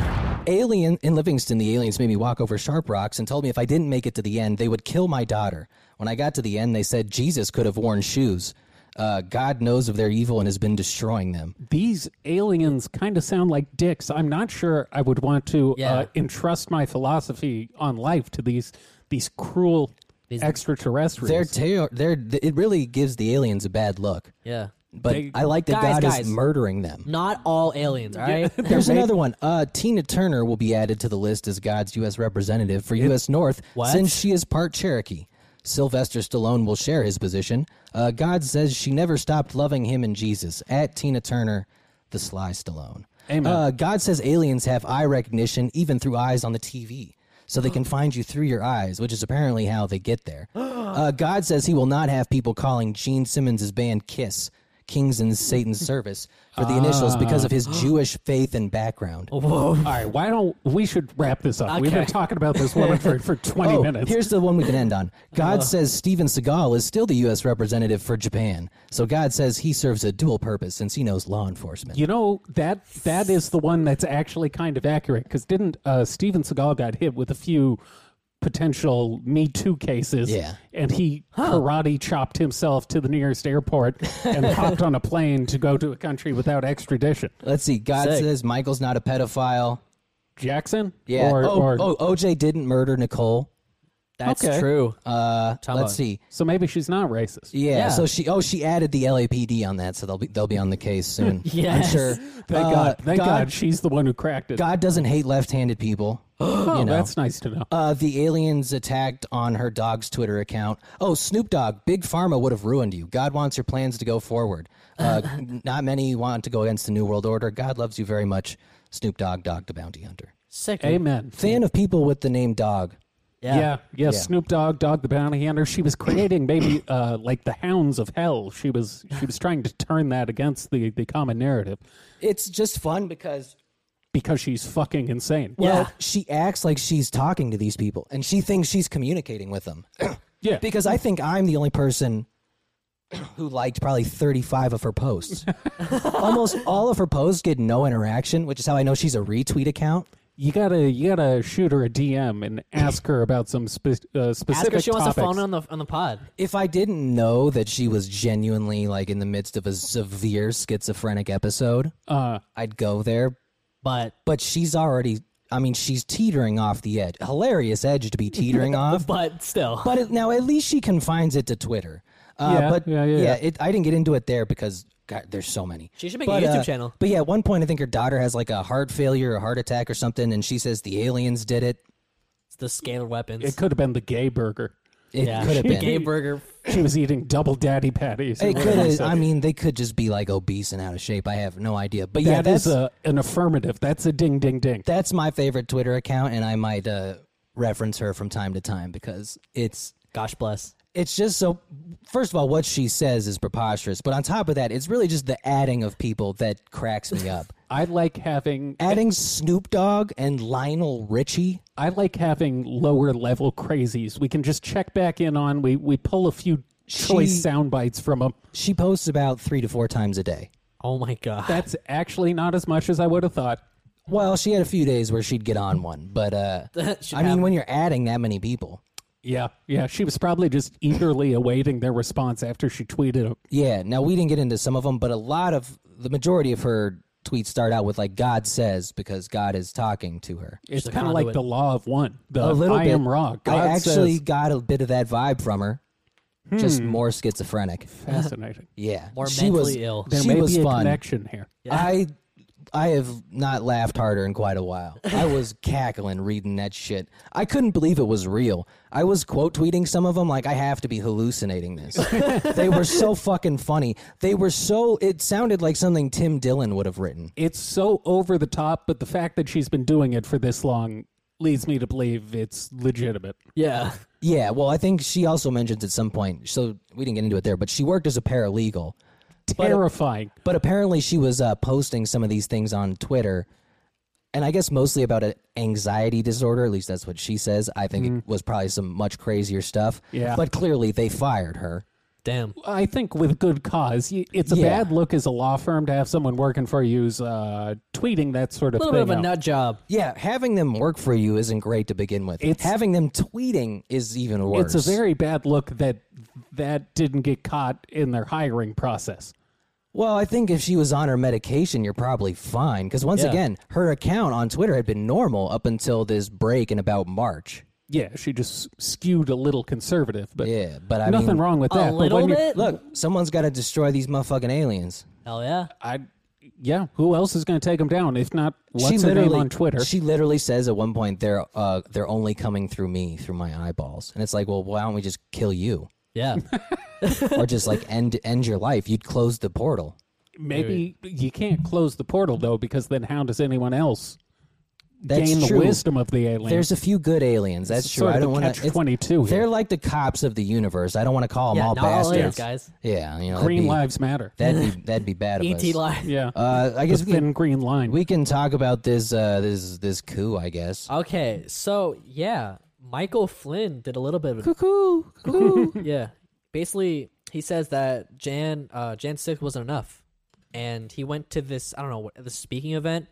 A: Alien in Livingston, the aliens made me walk over sharp rocks and told me if I didn't make it to the end, they would kill my daughter. When I got to the end, they said Jesus could have worn shoes. uh, God knows of their evil and has been destroying them.
B: These aliens kind of sound like dicks. I'm not sure I would want to uh,
C: Yeah.
B: entrust my philosophy on life to these these cruel
A: Their
B: extraterrestrials.
A: terror, their it really gives the aliens a bad look.
C: Yeah.
A: But
B: They-
A: I like that
C: Guys,
A: God
C: guys.
A: is murdering them.
C: Not all aliens, all right?
A: Mm-hmm. There's another one. Uh, Tina Turner will be added to the list as God's U.S. representative for U.S. North since she is part Cherokee. Sylvester Stallone will share his position. Uh, God says she never stopped loving him and Jesus. At Tina Turner, the sly Stallone.
B: Amen.
A: Uh, God says aliens have eye recognition even through eyes on the TV. So they can find you through your eyes, which is apparently how they get there. Uh, God says he will not have people calling Gene Simmons' band Kiss, Kings in Satan's Service, for the initials because of his Jewish faith and background.
B: All right, why don't we should wrap this up? We've been
C: Okay.
B: talking about this woman for, for 20
A: Oh,
B: minutes.
A: here's the one we can end on. God
B: Uh.
A: says Steven Seagal is still the U.S. representative for Japan. So God says he serves a dual purpose since he knows law enforcement.
B: You know that that is the one that's actually kind of accurate because didn't uh, Steven Seagal got hit with a few potential Me Too cases?
A: Yeah.
B: and he karate chopped himself to the nearest airport and hopped on a plane to go to a country without extradition.
A: Let's see. God
C: Sick.
A: says Michael's not a pedophile.
B: Jackson,
A: Yeah.
B: or,
A: oh,
B: or-
A: oh, OJ didn't murder Nicole.
C: That's
B: Okay.
C: true.
A: Uh, let's
C: about-
A: see.
B: so maybe she's not racist.
A: Yeah,
C: Yeah.
A: So she. Oh, she added the LAPD on that, so they'll be they'll be on the case soon. I'm
C: Yes.
A: sure.
B: Thank
A: Uh,
B: God, thank God.
A: God.
B: she's the one who cracked it.
A: God doesn't hate left-handed people.
B: oh, that's nice to know.
A: Uh, the aliens attacked on her dog's Twitter account. Oh, Snoop Dogg, Big Pharma would have ruined you. God wants your plans to go forward. Uh, not many want to go against the New World Order. God loves you very much. Snoop Dogg, Dog the Bounty Hunter.
C: Sick.
B: Amen.
A: Fan of people with the name Dog.
C: Yeah.
B: Yeah, yeah, Snoop Dogg, Dog the Bounty Hunter. She was creating maybe uh, like the Hounds of Hell. She was she was trying to turn that against the the common narrative
A: It's just fun because
B: because she's fucking insane.
A: well,
C: Yeah.
A: she acts like she's talking to these people, and she thinks she's communicating with them.
B: Yeah,
A: because I think I'm the only person who liked probably 35 of her posts. Almost all of her posts get no interaction, which is how I know she's a retweet account.
B: you gotta you gotta shoot her a DM and ask her about some spe- uh,
C: Ask
B: specific
C: her if she wants to
B: topics.
C: phone on the on the pod.
A: If I didn't know that she was genuinely like in the midst of a severe schizophrenic episode,
B: Uh,
A: I'd go there.
C: But
A: But she's already, I mean, she's teetering off the edge. Hilarious edge to be teetering off.
C: but still.
A: But it, now at least she confines it to Twitter. Uh,
B: Yeah,
A: but
B: yeah, yeah, yeah.
A: It, I didn't get into it there because God, there's so many.
C: She should make a
A: but,
C: YouTube
A: uh,
C: channel.
A: But yeah, at one point I think her daughter has like a heart failure, a heart attack, or something, and she says the aliens did it.
C: It's the scalar weapons.
B: it could have been the gay burger.
A: It
C: yeah.
A: could have been.
C: Gay burger.
B: She was eating double daddy patties.
A: It could have. I mean, they could just be like obese and out of shape. I have no idea. But yeah,
B: That
A: that's
B: is a, an affirmative. That's a ding, ding, ding.
A: that's my favorite Twitter account, and I might uh, reference her from time to time because it's
C: Gosh bless.
A: it's just so first of all what she says is preposterous but on top of that it's really just the adding of people that cracks me up
B: I like having
A: adding snoop dogg and lionel richie
B: I like having lower level crazies. We can just check back in on. We we pull a few choice
A: She-
B: sound bites from them.
A: she posts about three to four times a day
C: Oh my god.
B: That's actually not as much as I would have thought.
A: well she had a few days where she'd get on one but uh
C: should
A: i mean when you're adding that many people
B: Yeah, yeah. She was probably just eagerly awaiting their response after she tweeted. it.
A: yeah now we didn't get into some of them but a lot of the majority of her tweets start out with like god says because god is talking to her
B: It's
C: a
B: kind of like
C: conduit.
B: the law of one. The
A: a little
B: I
A: bit.
B: am raw. God
A: I actually
B: says,
A: got
B: Hmm.
A: a bit of that vibe from her. Just more schizophrenic.
B: fascinating.
A: Yeah.
C: More
A: she was,
C: mentally ill.
B: There
A: she
B: may
A: was
B: be a
A: fun.
B: connection here.
A: I I have not laughed harder in quite a while. I was cackling reading that shit. I couldn't believe it was real. I was quote tweeting some of them like I have to be hallucinating this. they were so fucking funny. They were so it sounded like something Tim Dillon would have written.
B: It's so over the top, but the fact that she's been doing it for this long leads me to believe it's legitimate.
C: yeah.
A: Yeah, well, I think she also mentions at some point. So we didn't get into it there, but she worked as a paralegal.
B: Terrifying.
A: But apparently, she was uh, posting some of these things on Twitter, and I guess mostly about an anxiety disorder. At least that's what she says. I think it was probably some much crazier stuff.
B: Mm. Yeah.
A: But clearly, they fired her.
E: Damn.
B: I think with good cause. Y- It's a
A: Yeah.
B: bad look as a law firm to have someone working for you who's uh, tweeting that sort of
C: little
B: thing.
C: bit of a
B: out.
C: nut job.
A: Yeah, having them work for you isn't great to begin with.
B: It's-
A: having them tweeting is even worse.
B: It's a very bad look that that didn't get caught in their hiring process.
A: well. I think if she was on her medication, you're probably fine. Because once
E: Yeah.
A: again, her account on Twitter had been normal up until this break in about March.
B: Yeah, she just skewed a little conservative, but
A: Yeah, but I
B: nothing
A: mean,
B: wrong with that.
C: A
B: but when
C: little
B: you're-
C: bit.
A: Look, someone's got to destroy these motherfucking aliens.
E: Hell yeah.
B: I, yeah, who else is going to take them down if not
A: she
B: what's her
A: literally
B: name on Twitter?
A: She literally says at one point they're uh, they're only coming through me through my eyeballs, and it's like, well, why don't we just kill you
E: Yeah.
A: or just like end end your life? You'd close the portal.
B: Maybe you can't close the portal though, because then how does anyone else
A: That's
B: gain
A: true.
B: the wisdom of the alien?
A: There's a few good aliens. That's
B: It's
A: true.
B: sort
A: I
B: of
A: don't
B: a
A: want
B: catch 22 here.
A: They're like the cops of the universe. I don't want to call them
C: Yeah,
A: all
C: not all
A: bastards.
C: aliens, guys. E
A: Yeah, you know, that'd
B: green
A: be,
B: lives matter.
A: That'd be that'd be bad of
C: ET
A: us.
C: live.
B: yeah,
A: Uh, I guess
B: the
A: we can,
B: thin green line.
A: we can talk about this uh, this this coup. I guess.
C: Okay, so yeah, Michael Flynn did a little bit of
A: Cuckoo, cuckoo.
C: yeah. Basically, he says that Jan uh, Jan six wasn't enough, and he went to this I don't know what the speaking event.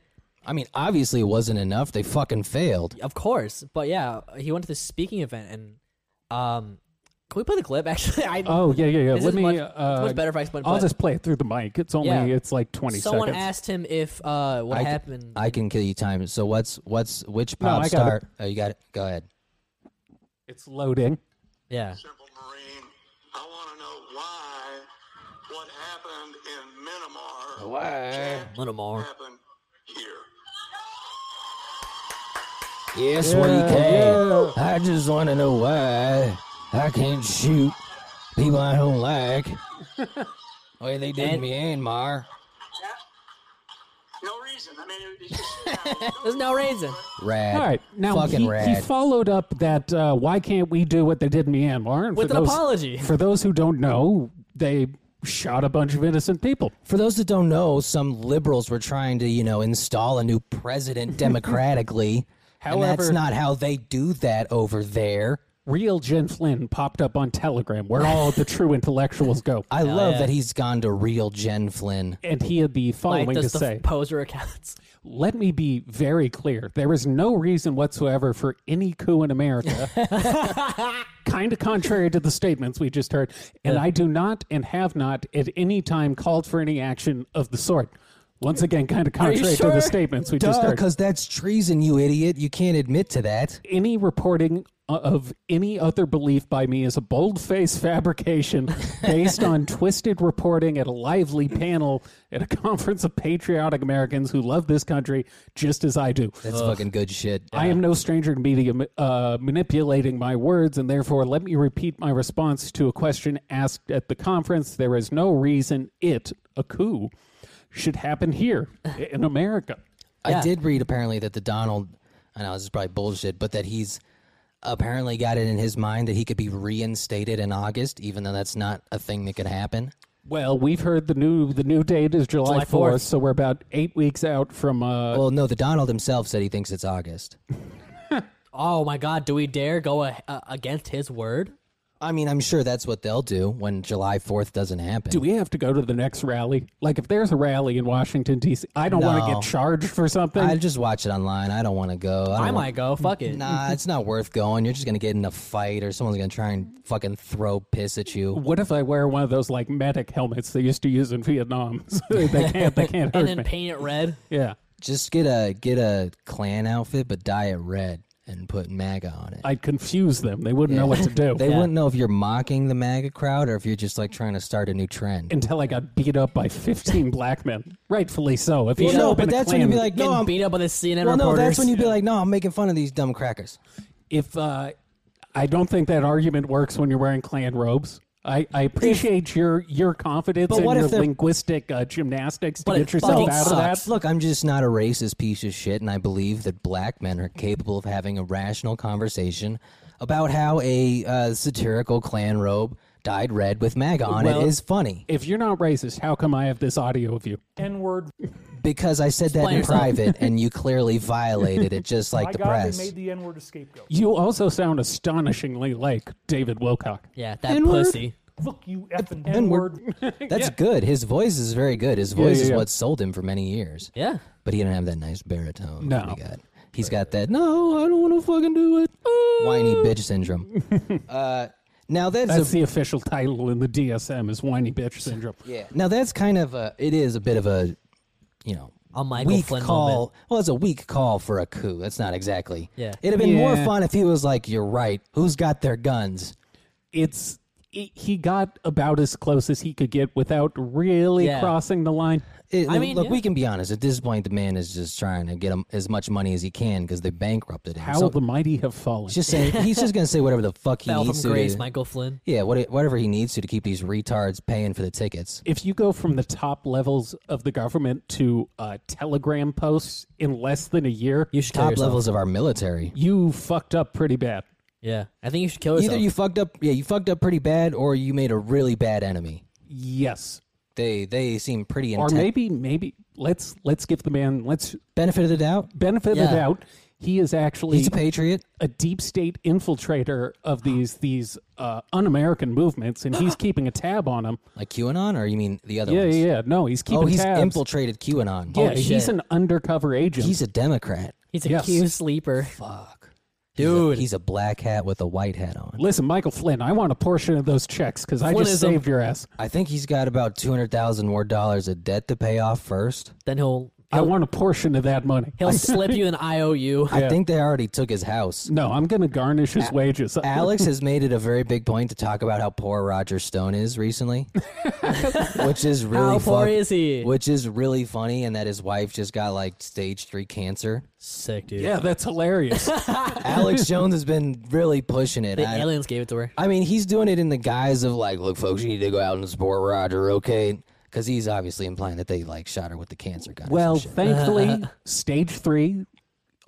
A: I mean, obviously it wasn't enough. They fucking failed.
C: Of course, but yeah, he went to this speaking event, and um, can we play the clip? Actually, I
B: oh yeah, yeah, yeah.
C: this
B: Let
C: is
B: me.
C: much, it's
B: uh,
C: much better if I explain.
B: I'll
C: but
B: just play it through the mic. It's only
C: Yeah.
B: it's like twenty
C: someone
B: seconds.
C: asked him if uh what
A: I c-
C: happened.
A: I can kill you time. So what's what's which pop
B: I got
A: star?
B: it.
A: Oh, you got it. Go ahead.
B: it's loading.
C: yeah,
F: simple Marine. I want to know why what happened in Minamar can't
C: Minamar.
F: happen here.
A: Yes, we can. I just want to know why I can't shoot people I don't like. Way they did me in, Mar.
F: No reason. I mean, it- it's just
C: there's no reason.
A: Rad.
B: All right, now
A: fucking
B: he,
A: rad.
B: he followed up that uh, why can't we do what they did in Myanmar And for
C: With an
B: those-
C: apology.
B: For those who don't know, they shot a bunch of innocent people.
A: For those that don't know, some liberals were trying to, you know, install a new president democratically. and that's
B: However-
A: not how they do that over there.
B: Real Jen Flynn popped up on Telegram, where all the true intellectuals go.
A: I love that he's gone to real Jen Flynn.
B: and he had the following
C: Like
B: to
C: does the
B: say.
C: poser accounts.
B: Let me be very clear. There is no reason whatsoever for any coup in America, kind of contrary to the statements we just heard. And I do not and have not at any time called for any action of the sort. Once again, kind of
C: you
B: contrary to
C: sure?
B: the statements we just
A: Duh,
B: heard.
A: because that's treason, you idiot. You can't admit to that.
B: Any reporting o- of any other belief by me is a bold faced fabrication based on twisted reporting at a lively panel at a conference of patriotic Americans who love this country just as I do.
A: That's fucking good shit.
B: I am no stranger to media uh, manipulating my words, and therefore let me repeat my response to a question asked at the conference. There is no reason it, a coup, should happen here in America.
A: I did read apparently that the Donald, I know this is probably bullshit, but that he's apparently got it in his mind that he could be reinstated in August, even though that's not a thing that could happen.
B: Well, we've heard the new the new date is July
C: July 4th.
B: fourth, so we're about eight weeks out from. Uh,
A: Well, no, the Donald himself said he thinks it's August.
C: Oh my God, do we dare go a- uh, against his word?
A: I mean, I'm sure that's what they'll do when July 4th doesn't happen.
B: do we have to go to the next rally? Like, if there's a rally in Washington D.C., I don't want to
A: No.
B: get charged for something.
A: I just watch it online. I don't want to go. don't
C: I
A: wa-
C: might go. Fuck it.
A: Nah, it's not worth going. You're just gonna get in a fight, or someone's gonna try and fucking throw piss at you.
B: what if I wear one of those like medic helmets they used to use in Vietnam? So they can't. They can't
C: and
B: hurt
C: then
B: me.
C: paint it red.
B: Yeah.
A: Just get a get a clan outfit, but dye it red and put MAGA on it.
B: I'd confuse them. They wouldn't know what to do
A: They wouldn't know if you're mocking the MAGA crowd or if you're just like trying to start a new trend.
B: until I got beat up by 15 black men. Rightfully so. If
A: Well,
B: you show
A: no,
B: up in
A: but
B: a
A: that's when you'd
B: Klan-
A: be like, no,
C: Getting
A: I'm,
C: beat up by the CNN
A: well, no,
C: reporters.
A: that's when you'd be like, no, I'm making fun of these dumb crackers.
B: if uh, I don't think that argument works when you're wearing Klan robes. I, I appreciate your your confidence and
A: what if
B: your
A: they're-
B: linguistic uh, gymnastics to
C: But
B: get
C: it
B: yourself
C: fucking
B: out of that.
A: Look, I'm just not a racist piece of shit, and I believe that black men are capable of having a rational conversation about how a uh, satirical Klan robe dyed red with MAGA on
B: Well-
A: it is funny.
B: If you're not racist, how come I have this audio of you?
D: N word.
A: Because I said that
C: Explain
A: in
C: yourself.
A: private, and you clearly violated it, just like
D: My
A: the
D: God,
A: press.
D: they made the N word a scapegoat.
B: You also sound astonishingly like David Wilcock.
C: yeah, that
A: N-word?
C: pussy.
D: Look, you effing N
A: N-word.
D: word.
A: That's good. His voice is very good. His voice
B: yeah,
A: is
B: yeah.
A: what sold him for many years.
C: Yeah.
A: But he didn't have that nice baritone.
B: No.
A: He got. He's got that. No, I don't want to fucking do it. ah," Whiny bitch syndrome. uh, now that's,
B: That's
A: a,
B: the official title in the DSM is whiny bitch syndrome.
A: yeah. Now that's kind of a. It is a bit of a, you know,
C: A Michael
A: weak
C: Flynn
A: call.
C: moment.
A: Well, it's a weak call for a coup. That's not exactly.
C: Yeah.
A: It'd have been more
B: Yeah.
A: fun if he was like, "You're right. Who's got their guns?"
B: It's he he got about as close as he could get without really
C: Yeah.
B: crossing the line.
A: It-
C: I mean,
A: look,
C: yeah.
A: we can be honest. At this point, the man is just trying to get him as much money as he can because they bankrupted him.
B: How
A: So-
B: the mighty have fallen.
A: just saying, he's just gonna say whatever the fuck he
C: Fell
A: needs
C: from
A: to.
C: grace,
A: to-
C: Michael Flynn.
A: yeah, what, whatever he needs to to keep these retards paying for the tickets.
B: if you go from the top levels of the government to uh, telegram posts in less than a year,
C: You should kill
A: Top
C: yourself.
A: levels of our military.
B: you fucked up pretty bad.
C: Yeah. I think you should kill yourself.
A: Either you fucked up, yeah, you fucked up pretty bad, or you made a really bad enemy.
B: Yes,
A: They they seem pretty
B: or
A: intent.
B: maybe maybe let's let's give the man let's
A: Benefit of the doubt.
B: benefit of the
C: Yeah.
B: doubt. He is actually
A: He's a patriot.
B: a deep state infiltrator of these these uh, un-American movements, and he's keeping a tab on them.
A: Like QAnon, or you mean the other
B: Yeah,
A: ones?
B: yeah, yeah. No, he's keeping
A: Oh, he's
B: tabs.
A: infiltrated QAnon.
B: yeah,
A: Oh,
B: he's an undercover agent.
A: he's a Democrat.
C: He's a
B: Yes.
C: Q sleeper.
A: Fuck,
C: Dude.
A: He's a, he's a black hat with a white hat on.
B: Listen, Michael Flynn, I want a portion of those checks because I just
C: Flynnism.
B: saved your ass.
A: I think he's got about two hundred thousand more dollars of debt to pay off first.
C: Then he'll
B: I want a portion of that money.
C: he'll slip you an IOU.
A: I think they already took his house.
B: No, I'm going to garnish his wages.
A: Alex has made it a very big point to talk about how poor Roger Stone is recently, which is really
C: How poor
A: fuck-
C: is he?
A: Which is really funny, and that his wife just got like stage three cancer.
C: Sick, dude.
B: Yeah, that's hilarious.
A: Alex Jones has been really pushing it.
C: The
A: I,
C: aliens gave it to her.
A: I mean, he's doing it in the guise of like, look, folks, you need to go out and support Roger, okay? Because he's obviously implying that they like shot her with the cancer gun. or some
B: well,
A: shit.
B: thankfully, stage three,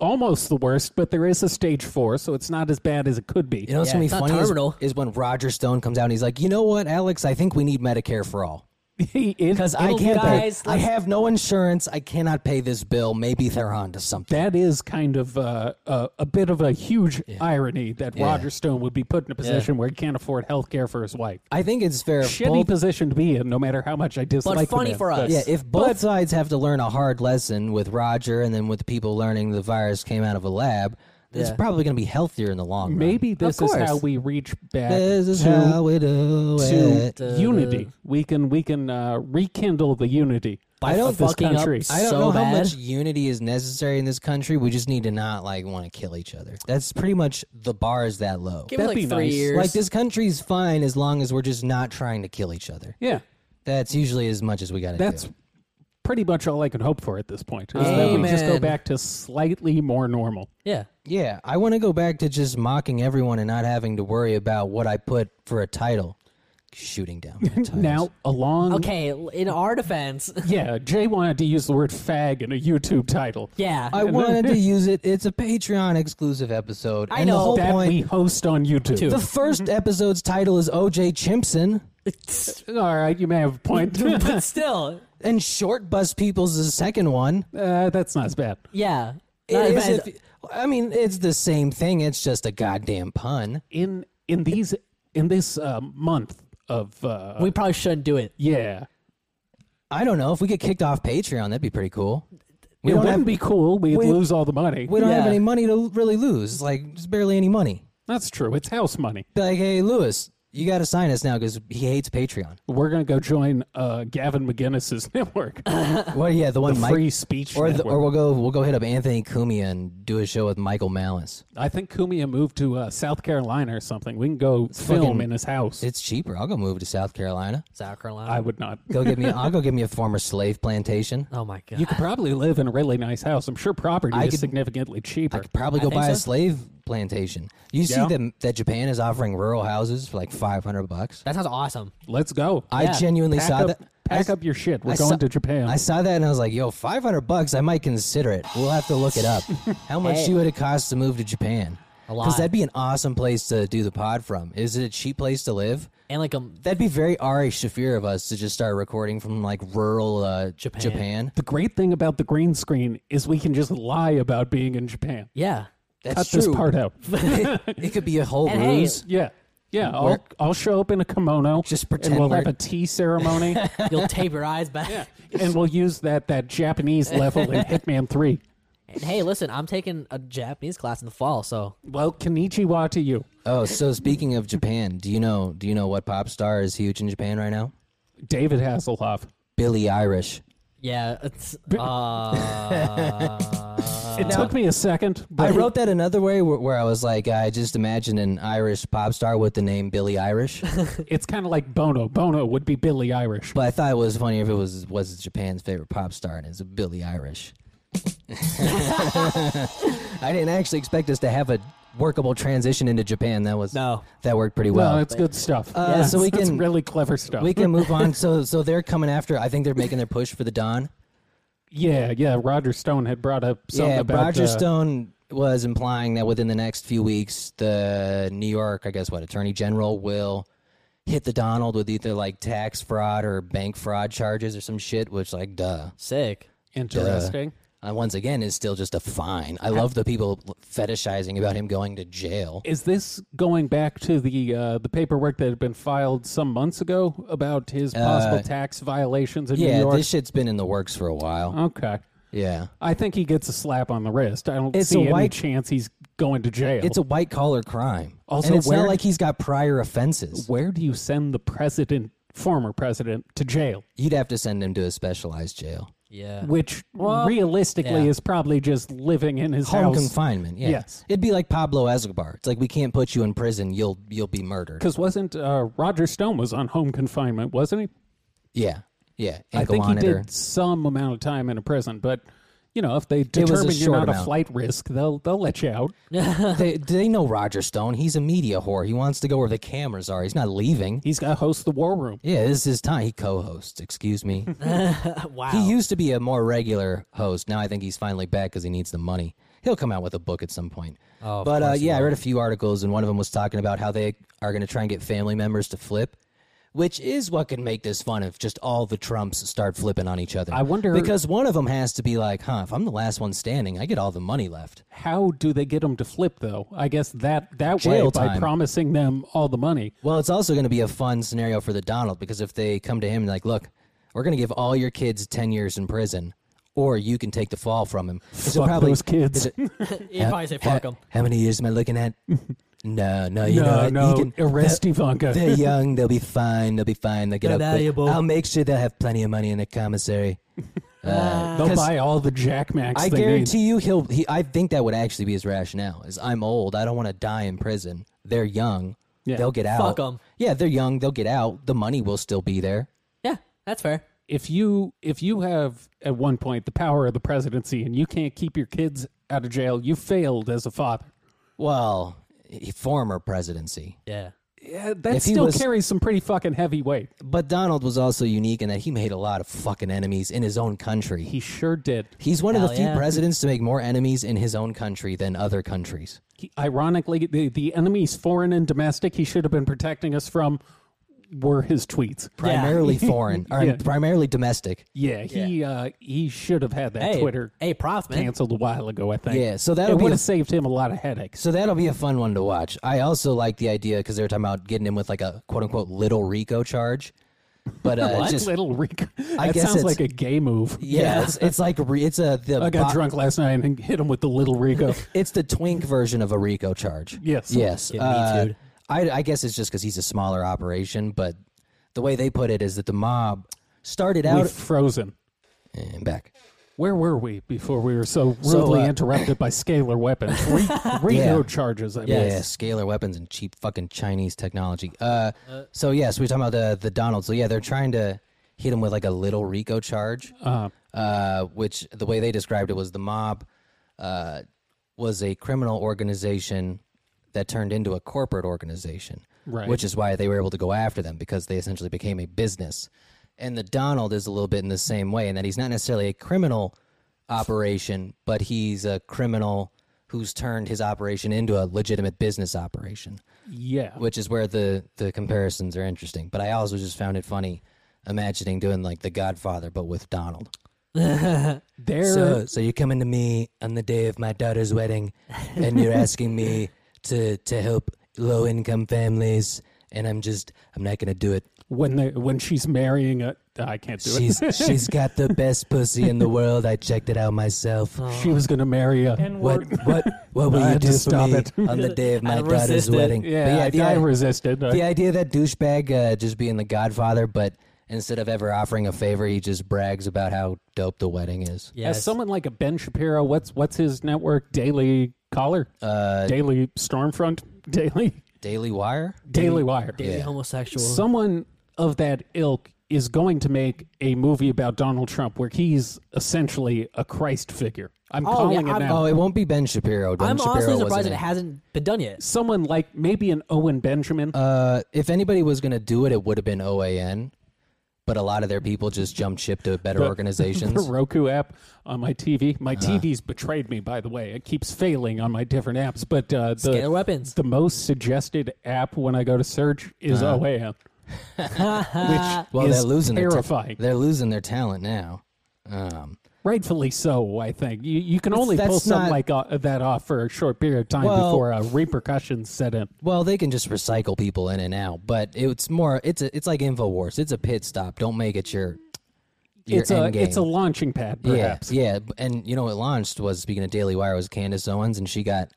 B: almost the worst, but there is a stage four, so it's not as bad as it could be.
A: you know what's
C: Yeah,
A: gonna be
C: it's not
A: funny is-
C: terminal.
A: is when Roger Stone comes out and he's like, you know what, Alex, I think we need Medicare for all.
B: Because
A: Because I can't
C: guys,
A: pay. I
C: let's-
A: have no insurance. I cannot pay this bill. Maybe they're onto something.
B: That is kind of uh, a, a bit of a huge irony that Roger Stone would be put in a position where he can't afford health care for his wife.
A: I think it's fair. if
B: Shitty
A: both-
B: position to be in, no matter how much I dislike the
C: funny
B: man,
C: for
B: but-
C: us.
A: yeah, if both sides have to learn a hard lesson with Roger and then with people learning the virus came out of a lab, it's
C: Yeah.
A: probably going to be healthier in the long run.
B: Maybe this is
C: course.
B: how we reach back
A: This is
B: to
A: how we do
B: to
A: it.
C: uh,
B: unity. We can we can uh, rekindle the unity.
C: By
B: of
C: don't
B: this
C: fucking up
B: country.
A: I don't
C: so
A: know how
C: bad.
A: much unity is necessary in this country. We just need to not like want to kill each other. That's pretty much the bar is that low.
C: Give it
B: That'd
C: like
B: be
C: three
B: nice.
C: years.
A: Like this country's fine as long as we're just not trying to kill each other.
B: yeah,
A: That's usually as much as we got to do.
B: that's pretty much all I can hope for at this point. Is that we just go
C: Amen.
B: back to slightly more normal.
C: Yeah.
A: Yeah, I want to go back to just mocking everyone and not having to worry about what I put for a title. Shooting down my titles.
B: Now, along
C: Okay, l- in our defense.
B: yeah, Jay wanted to use the word "fag" in a YouTube title.
C: yeah.
A: I wanted to use it. It's a Patreon exclusive episode.
C: I
A: and The
C: know.
A: whole
B: that
A: point.
B: we Mm-hmm. host on YouTube.
A: the first episode's title is OJ Chimpson,
B: All right, you may have a point. Uh,
C: but still,
A: and Short Bus People's the second one.
B: uh, that's not as bad.
C: yeah.
A: It
C: Not
A: is
C: bad.
A: if- I mean, it's the same thing. It's just a goddamn pun.
B: In in these in this uh, month of uh,
C: we probably shouldn't do it.
B: yeah,
A: I don't know if we get kicked off Patreon, that'd be pretty cool. We
B: it
A: don't
B: wouldn't
A: have
B: be cool. We'd
A: we-
B: lose all the money.
A: we don't have
C: Yeah.
A: any money to really lose. Like, just barely any money.
B: that's true. It's house money.
A: Be like, hey, Lewis, you got to sign us now because he hates Patreon.
B: We're gonna go join uh, Gavin McGinnis's network,
A: Well, yeah, the one Uh, Mike,
B: free speech
A: or the,
B: network.
A: or we'll go we'll go hit up Anthony Cumia and do a show with Michael Malice.
B: I think Kumia moved to uh, South Carolina or something. We can go film
A: fucking-
B: in his house.
A: It's cheaper. I'll go move to South Carolina.
C: South Carolina.
B: I would not.
A: Go get me. I'll go get me a former slave plantation.
C: oh my god.
B: You could probably live in a really nice house. I'm sure property
A: I
B: is
A: could-
B: significantly cheaper.
A: I could probably go
C: think
A: buy a
C: so.
A: slave plantation. You see
B: Yeah.
A: them that Japan is offering rural houses for like five hundred bucks.
C: that sounds awesome.
B: Let's go.
A: I genuinely
B: pack
A: saw
B: up,
A: that.
B: Pack
A: I-
B: up your shit. We're
A: I
B: going
A: saw-
B: to Japan.
A: I saw that and I was like, "Yo, five hundred bucks. I might consider it. We'll have to look it up. How much
C: Hey.
A: you would it cost to move to Japan?
C: A lot.
A: Because that'd be an awesome place to do the pod from. Is it a cheap place to live?
C: And like um, a
A: That'd be very Ari Shafir of us to just start recording from like rural uh, Japan.
C: Japan.
B: the great thing about the green screen is we can just lie about being in Japan.
C: yeah.
A: That's
B: Cut
A: true.
B: this part out.
A: it could be a whole
C: And hey,
A: ruse.
B: yeah. Yeah, I'll, I'll show up in a kimono.
A: Just pretend
B: And we'll have
A: we're-
B: a tea ceremony.
C: You'll tape your eyes back.
B: and we'll use that that Japanese level in Hitman 3.
C: And hey, listen, I'm taking a Japanese class in the fall, so
B: Well, konnichiwa to you.
A: Oh, so speaking of Japan, do you know do you know what pop star is huge in Japan right now?
B: David Hasselhoff.
A: Billie Irish.
C: yeah, it's uh,
B: It took me a second, but
A: I wrote that another way where, where I was like, I just imagined an Irish pop star with the name Billie Irish,
B: it's kind of like Bono. Bono would be Billy Irish.
A: but I thought it was funny if it was was Japan's favorite pop star and it's Billie Irish. I didn't actually expect us to have a workable transition into Japan. That was
C: No.
A: that worked pretty well.
B: no, it's good stuff.
A: Uh, so we
B: It's
A: can-
B: really clever stuff.
A: we can move on. So so they're coming after. I think they're making their push for the Don.
B: yeah, yeah. Roger Stone had brought up something
A: yeah,
B: about
A: Roger
B: uh,
A: Stone was implying that within the next few weeks, the New York, I guess, what Attorney General will hit the Donald with either like tax fraud or bank fraud charges or some shit, which like, duh.
C: sick.
B: Interesting.
A: Uh, once again, is still just a fine. I love the people fetishizing about him going to jail.
B: Is this going back to the uh, the paperwork that had been filed some months ago about his possible tax violations in New
A: Uh, Yeah,
B: York? Uh,
A: this shit's been in the works for a while.
B: okay.
A: yeah.
B: I think he gets a slap on the wrist. I don't
A: It's
B: see
A: a
B: any
A: white-
B: chance he's going to jail.
A: It's a white collar crime.
B: Also,
A: and it's
B: where-
A: not like he's got prior offenses.
B: Where do you send the president, former president, to jail?
A: You'd have to send him to a specialized jail.
C: Yeah,
B: Which realistically
C: yeah.
B: is probably just living in his
A: home
B: house.
A: confinement. Yeah.
B: Yes.
A: it'd be like Pablo Escobar. It's like we can't put you in prison; you'll you'll be murdered.
B: Because wasn't uh, Roger Stone was on home confinement, wasn't he?
A: Yeah, yeah.
B: I think he
A: on it or-
B: did some amount of time in a prison, but you know, if they
A: was a
B: determine you're
A: short
B: not a
A: amount.
B: flight risk, they'll they'll let you out.
A: They, they know Roger Stone. He's a media whore. He wants to go where the cameras are. He's not leaving.
B: He's got to host the war room.
A: Yeah, this is his time. He co-hosts. Excuse me.
C: wow.
A: he used to be a more regular host. Now I think he's finally back because he needs the money. He'll come out with a book at some point.
C: Oh, of
A: but uh,
C: course he
A: yeah, I read a few articles, and one of them was talking about how they are going to try and get family members to flip, which is what could make this fun if just all the Trumps start flipping on each other.
B: I wonder-
A: because one of them has to be like, "Huh, if I'm the last one standing, I get all the money left."
B: How do they get him to flip though? I guess that that way
A: Jail
B: by
A: time.
B: promising them all the money.
A: Well, it's also going to be a fun scenario for the Donald because if they come to him and like, look, we're going to give all your kids ten years in prison, or you can take the fall from him. So
B: Fuck those kids.
C: He'd probably say
A: How-
C: fuck him.
A: How many years am I looking at? no, no, you know,
B: no,
A: what?
B: no,
A: you can,
B: arrest Ivanka.
A: they're young. They'll be fine. They'll be fine. They'll get
C: They're
A: out quick.
C: valuable.
A: I'll make sure they'll have plenty of money in the commissary.
B: They'll buy all the Jack Max
A: I
B: they
A: guarantee you, he'll. He, I think that would actually be his rationale: is I'm old. I don't want to die in prison. They're young.
B: Yeah.
A: They'll get out.
C: Fuck 'em.
A: Yeah, they're young. They'll get out. The money will still be there.
C: Yeah, that's fair.
B: need. If you if you have at one point the power of the presidency and you can't keep your kids out of jail, you failed as a father.
A: Well, i- former presidency.
C: Yeah,
B: Yeah, that
A: If he
B: still
A: was-
B: carries some pretty fucking heavy weight.
A: But Donald was also unique in that he made a lot of fucking enemies in his own country.
B: He sure did.
A: He's one of
C: Hell
A: the few
C: yeah.
A: presidents to make more enemies in his own country than other countries.
B: He- ironically, the, the enemies, foreign and domestic, he should have been protecting us from were his tweets.
A: Primarily foreign, or primarily domestic.
B: Yeah, he Uh, he should have had that
C: Hey,
B: Twitter
C: hey, prof, man.
B: canceled a while ago. I think.
A: Yeah, so that'll
B: it
A: be
B: would
A: a-
B: have saved him a lot of headaches.
A: So that'll be a fun one to watch. I also like the idea because they were talking about getting him with like a quote unquote little Rico charge. But uh, just
B: Little Rico.
A: I
B: that
A: guess
B: sounds
A: it's-
B: like a gay move.
A: yeah, It's, it's like re- it's a the
B: I got
A: bo-
B: drunk last night and hit him with the Little Rico.
A: It's the twink version of a Rico charge.
B: Yes.
A: Yes.
C: Get me
A: Uh,
C: too'd.
A: I, I guess it's just because he's a smaller operation, but the way they put it is that the mob started out
B: We've frozen.
A: and back.
B: Where were we before we were so rudely
A: So, uh,
B: interrupted by scalar weapons? Re- Rico charges. I mean.
A: Yeah, scalar weapons and cheap fucking Chinese technology. Uh, so yes, we were talking about the the Donald. So yeah, they're trying to hit him with like a little Rico charge,
B: Uh-huh.
A: uh which the way they described it was the mob uh, was a criminal organization that turned into a corporate organization,
B: Right.
A: which is why they were able to go after them because they essentially became a business. And the Donald is a little bit in the same way in that he's not necessarily a criminal operation, but he's a criminal who's turned his operation into a legitimate business operation,
B: Yeah.
A: which is where the, the comparisons are interesting. But I also just found it funny imagining doing like The Godfather, but with Donald.
B: There.
A: So, so you're coming to me on the day of my daughter's wedding, and you're asking me to to help low income families, and I'm just I'm not gonna do it.
B: when they when she's marrying a I can't do
A: She's
B: it.
A: she's got the best pussy in the world. I checked it out myself.
B: she was gonna marry a
D: N
A: What
D: word.
A: what what will
B: Oh, I
A: you
B: had to
A: do for
B: stop
A: me
B: it.
A: on the day of my
C: I
A: daughter's
C: resisted.
A: wedding? But
B: yeah,
A: the
B: I, I
A: idea-
B: resisted. I-
A: the idea of that douchebag uh, just being the godfather, but instead of ever offering a favor, he just brags about how dope the wedding is.
C: Yes.
B: As someone like a Ben Shapiro, what's what's his network? Daily Caller,
A: Uh,
B: Daily Stormfront, Daily
A: Daily Wire.
B: Daily Wire.
C: Daily homosexual.
B: Someone of that ilk is going to make a movie about Donald Trump where he's essentially a Christ figure. I'm calling it
C: yeah, I'm-
B: now.
A: Oh, it won't be Ben Shapiro. Ben
C: I'm
A: Shapiro
C: honestly
A: wasn't
C: surprised
A: in.
C: it hasn't been done yet.
B: Someone like maybe an Owen Benjamin.
A: Uh, if anybody was gonna do it, it would have been OAN, but a lot of their people just jumped ship to better
B: the
A: organizations.
B: Roku app on my TV.
A: Uh-huh.
B: My TV's betrayed me, by the way. It keeps failing on my different apps. But uh, the
C: Scalar weapons.
B: the most suggested app when I go to search is OAN, which
A: Uh-huh. Well,
B: is
A: they're losing
B: terrifying.
A: Their ta- they're losing their talent now. Um,
B: Rightfully so, I think. You you can only
A: that's
B: pull something
A: not-
B: like uh, that off for a short period of time
A: Well-
B: before uh, repercussions set in.
A: well, they can just recycle people in and out, but it's more. It's a, it's like Infowars. It's a pit stop. Don't make it your. your
B: It's a
A: end game.
B: it's a launching pad, perhaps.
A: Yeah, yeah. b- And you know what launched was speaking of Daily Wire was Candace Owens, and she got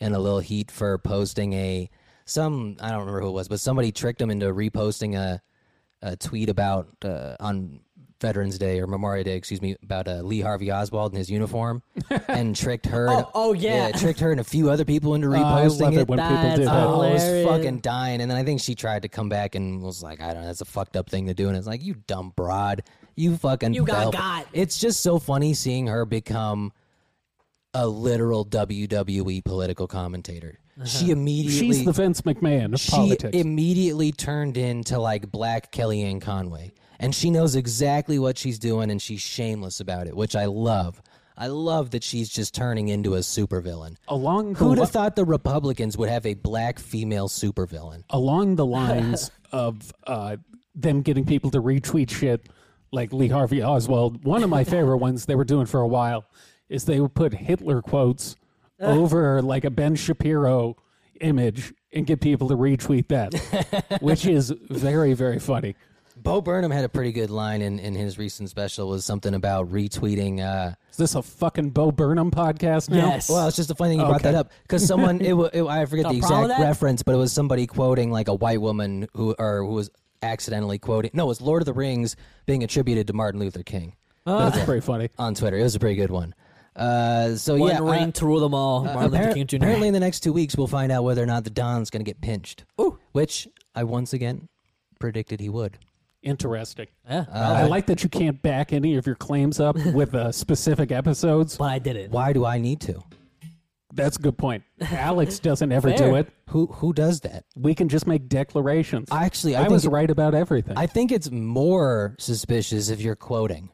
A: in a little heat for posting a some I don't remember who it was, but somebody tricked him into reposting a a tweet about uh, on Veterans Day or Memorial Day, excuse me, about uh, Lee Harvey Oswald in his uniform, and tricked her. and-
C: Oh, oh, yeah.
A: tricked her and a few other people into
B: Uh, I
A: reposting
B: love
A: it.
B: it when people
C: That's
B: do that.
C: all.
A: Oh, I was
C: Hilarious.
A: fucking dying. And then I think she tried to come back and was like, I don't know, that's a fucked up thing to do. And it's like, you dumb broad. You fucking
C: You got
A: fell."
C: got.
A: It's just so funny seeing her become a literal WWE political commentator.
C: Uh-huh.
A: She immediately
B: She's the Vince McMahon of
A: she
B: politics.
A: immediately turned into like black Kellyanne Conway. And she knows exactly what she's doing and she's shameless about it, which I love. I love that she's just turning into a supervillain.
B: Along the
A: Who'd
B: li-
A: have thought the Republicans would have a black female supervillain?
B: along the lines of uh, them getting people to retweet shit like Lee Harvey Oswald. One of my favorite ones they were doing for a while is they would put Hitler quotes over like a Ben Shapiro image and get people to retweet that, which is very, very funny.
A: Bo Burnham had a pretty good line in, in his recent special was something about retweeting. Uh,
B: Is this a fucking Bo Burnham podcast now?
C: Yes.
A: well, it's just a funny thing you brought that up because someone it, wa- it I forget the
C: a
A: exact
C: problem with that?
A: reference, but it was somebody quoting like a white woman who or who was accidentally quoting. No, it was Lord of the Rings being attributed to Martin Luther King
C: uh,
B: That's pretty funny.
A: on Twitter. It was a pretty good one. Uh, so
C: One
A: yeah, I-
C: ring to rule them all. Martin Luther
A: Appar-
C: King Jr.
A: Apparently, in the next two weeks, we'll find out whether or not the Don's going to get pinched. Ooh. Which I once again predicted he would.
B: Interesting.
C: yeah,
B: I like that you can't back any of your claims up with uh, specific episodes.
C: but I did it.
A: Why do I need to?
B: That's a good point. Alex doesn't ever do
C: Fair.
B: it.
A: Who who does that?
B: We can just make declarations.
A: I actually, I,
B: I,
A: think
B: was
A: it-
B: right about everything.
A: I think it's more suspicious if you're quoting.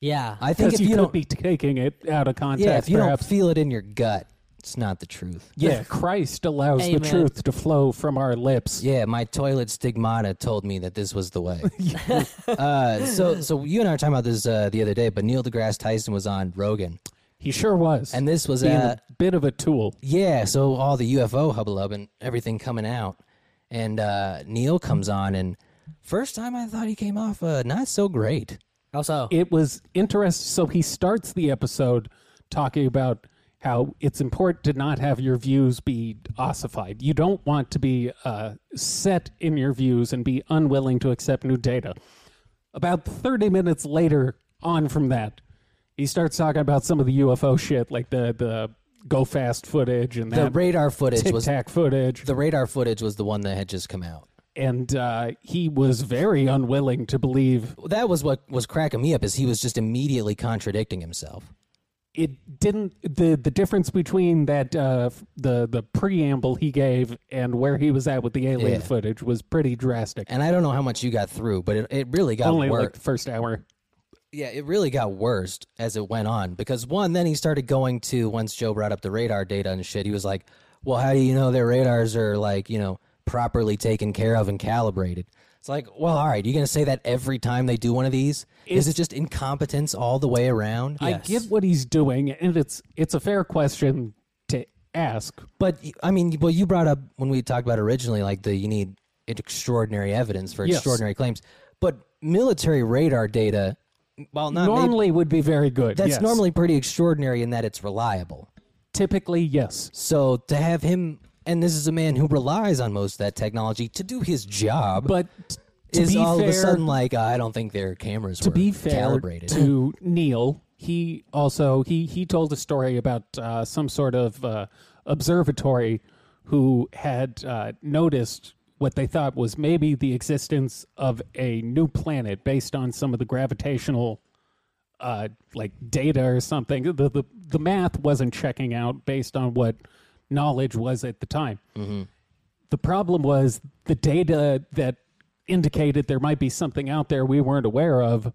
C: Yeah,
A: I think
B: Because
A: if
B: you,
A: you,
B: could
A: don't,
B: be taking it out of context,
A: yeah, if you
B: perhaps.
A: don't feel it in your gut, it's not the truth.
B: yeah, Christ allows
C: Amen.
B: the truth to flow from our lips.
A: Yeah, my toilet stigmata told me that this was the way. uh, so, so you and I were talking about this uh, the other day, but Neil deGrasse Tyson was on Rogan,
B: He sure was.
A: and this was
B: being
A: uh,
B: a bit of a tool.
A: Yeah, so all the UFO hubbub and everything coming out, and uh, Neil comes on, and first time I thought he came off uh, not so great.
C: also
B: It was interesting. So he starts the episode talking about how it's important to not have your views be ossified. You don't want to be uh, set in your views and be unwilling to accept new data. About 30 minutes later, on from that, he starts talking about some of the UFO shit, like the, the go fast footage and
A: The
B: that
A: radar footage
B: tic
A: was
B: tac footage.
A: the radar footage was the one that had just come out.
B: and uh, he was very unwilling to believe
A: That was what was cracking me up is he was just immediately contradicting himself.
B: it didn't the the difference between that uh f- the the preamble he gave and where he was at with the alien
A: Yeah.
B: footage was pretty drastic
A: And I don't know how much you got through, but it, it really got
B: only
A: worse.
B: like the first hour
A: yeah, it really got worse as it went on because one, then he started going to once Joe brought up the radar data and shit, he was like, "Well, how do you know their radars are like you know properly taken care of and calibrated?" It's like, well, all right, you gonna say that every time they do one of these? Is it just incompetence all the way around?
B: i get what he's doing and it's it's a fair question to ask.
A: But I mean, well, you brought up when we talked about originally, like the you need extraordinary evidence for
B: Yes.
A: extraordinary claims. But military radar data, while not maybe-
B: normally would be very good.
A: that's
B: yes.
A: normally pretty extraordinary in that it's reliable.
B: typically yes.
A: So to have him, and this is a man who relies on most of that technology to do his job,
B: But t- to
A: is
B: be
A: all
B: fair,
A: of a sudden like I don't think their cameras
B: to
A: were
B: be fair
A: calibrated.
B: to Neil, he also he he told a story about uh, some sort of uh, observatory who had uh, noticed what they thought was maybe the existence of a new planet based on some of the gravitational uh, like data or something. The, the the math wasn't checking out based on what knowledge was at the time. The problem was the data that indicated there might be something out there we weren't aware of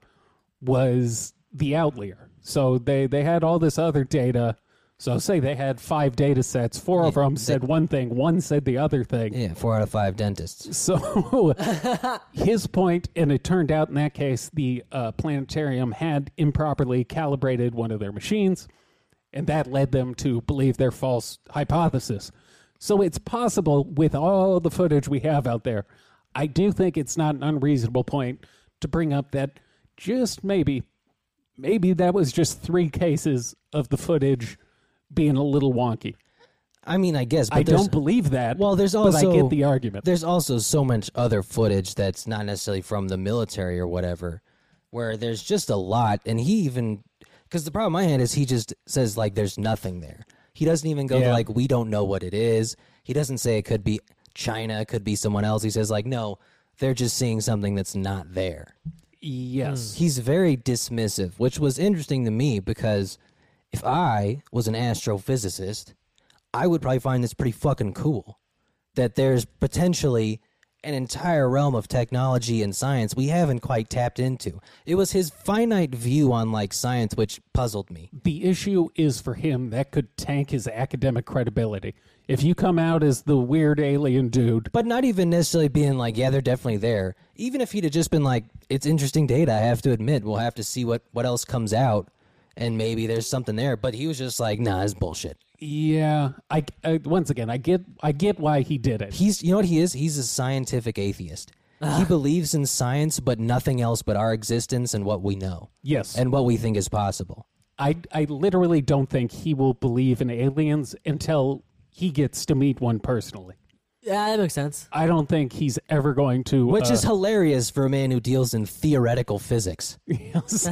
B: was the outlier. So they they had all this other data. So say they had five data sets, four of them said one thing, one said the other thing.
A: yeah, four out of five dentists.
B: So his point, and it turned out in that case, the uh, planetarium had improperly calibrated one of their machines, and that led them to believe their false hypothesis. So it's possible with all the footage we have out there. I do think it's not an unreasonable point to bring up that just maybe, maybe that was just three cases of the footage being a little wonky.
A: I mean, I guess but
B: I
A: there's-
B: don't believe that.
A: Well, there's
B: but I
A: also-
B: get the argument.
A: There's also so much other footage that's not necessarily from the military or whatever, where there's just a lot. And he even, because the problem I had is he just says, like, there's nothing there. He doesn't even go, to,
B: Yeah.
A: like, we don't know what it is. He doesn't say it could be China, it could be someone else. He says, like, no, they're just seeing something that's not there.
B: yes.
A: He's very dismissive, which was interesting to me because if I was an astrophysicist, I would probably find this pretty fucking cool that there's potentially an entire realm of technology and science we haven't quite tapped into. It was his finite view on like science which puzzled me.
B: the issue is for him that could tank his academic credibility. If you come out as the weird alien dude,
A: But not even necessarily being like, yeah, they're definitely there. Even if he'd have just been like, it's interesting data, I have to admit, we'll have to see what, what else comes out and maybe there's something there. But he was just like, nah, it's bullshit.
B: yeah, I, I once again I get I get why he did it.
A: He's you know what he is? He's a scientific atheist. He believes in science but nothing else but our existence and what we know
B: yes, and
A: and what we think is possible.
B: I I literally don't think he will believe in aliens until he gets to meet one personally.
C: Yeah, that makes sense.
B: I don't think he's ever going to.
A: Which
B: uh,
A: is hilarious for a man who deals in theoretical physics.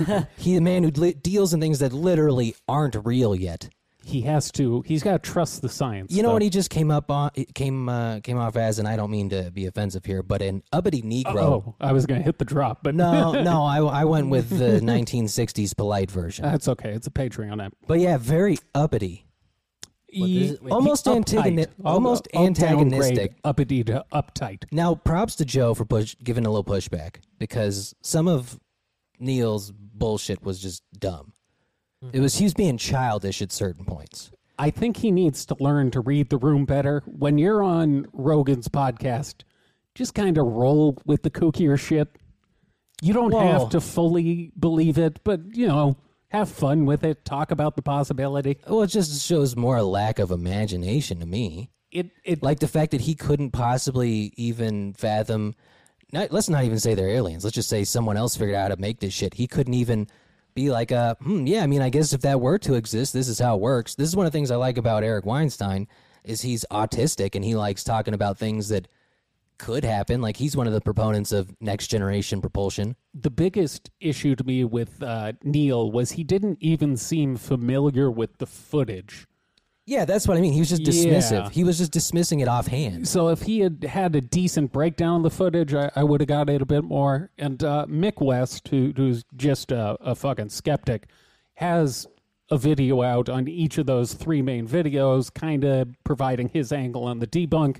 B: uh,
A: He a man who li- deals in things that literally aren't real yet.
B: he has to. He's got to trust the science.
A: You know
B: though.
A: what he just came up on it came uh, came off as and I don't mean to be offensive here, but an uppity negro.
B: Oh, I was going to hit the drop, but
A: No, no, I, I went with the 1960s polite version.
B: that's okay. It's a Patreon app.
A: But yeah, very uppity.
C: this is- wait,
A: almost
B: Uptight.
A: antagoni-
B: I'll-
A: almost
B: I'll downgrade
A: antagonistic.
B: Uppity to uptight.
A: Now, props to Joe for push, giving a little pushback because some of Neil's bullshit was just dumb. It was he was being childish at certain points.
B: I think he needs to learn to read the room better. When you're on Rogan's podcast, just kind of roll with the kookier shit. You don't
A: Whoa.
B: have to fully believe it, but you know, have fun with it. Talk about the possibility.
A: Well, it just shows more a lack of imagination to me.
B: It it
A: Like the fact that he couldn't possibly even fathom. Not, let's not even say they're aliens. Let's just say someone else figured out how to make this shit. He couldn't even be like, uh, hmm, yeah. I mean, I guess if that were to exist, this is how it works. This is one of the things I like about Eric Weinstein is he's autistic and he likes talking about things that could happen. Like he's one of the proponents of next generation propulsion.
B: the biggest issue to me with uh, Neil was he didn't even seem familiar with the footage.
A: Yeah, that's what I mean. He was just dismissive.
B: Yeah.
A: He was just dismissing it offhand.
B: So if he had had a decent breakdown of the footage, I, I would have got it a bit more. And uh, Mick West, who, who's just a, a fucking skeptic, has a video out on each of those three main videos, kind of providing his angle on the debunk.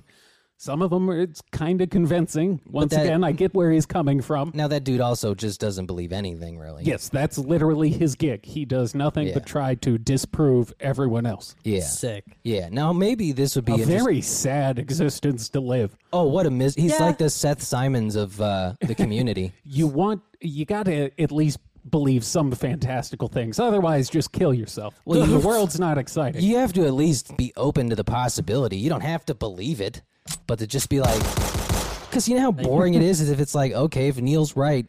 B: Some of them are, it's kind of convincing. Once
A: that-
B: again, I get where he's coming from.
A: Now that dude also just doesn't believe anything really.
B: Yes, that's literally his gig. He does nothing
A: Yeah.
B: but try to disprove everyone else.
A: Yeah.
C: Sick.
A: Yeah. Now maybe this would be
B: A
A: interest-
B: very sad existence to live.
A: Oh, what a mis! He's
C: Yeah.
A: like the Seth Simons of uh, the community.
B: you want you got to at least believe some fantastical things. Otherwise, just kill yourself. Well, the world's not exciting.
A: You have to at least be open to the possibility. You don't have to believe it, but to just be like, because you know how boring it is. Is if it's like, okay, if Neil's right,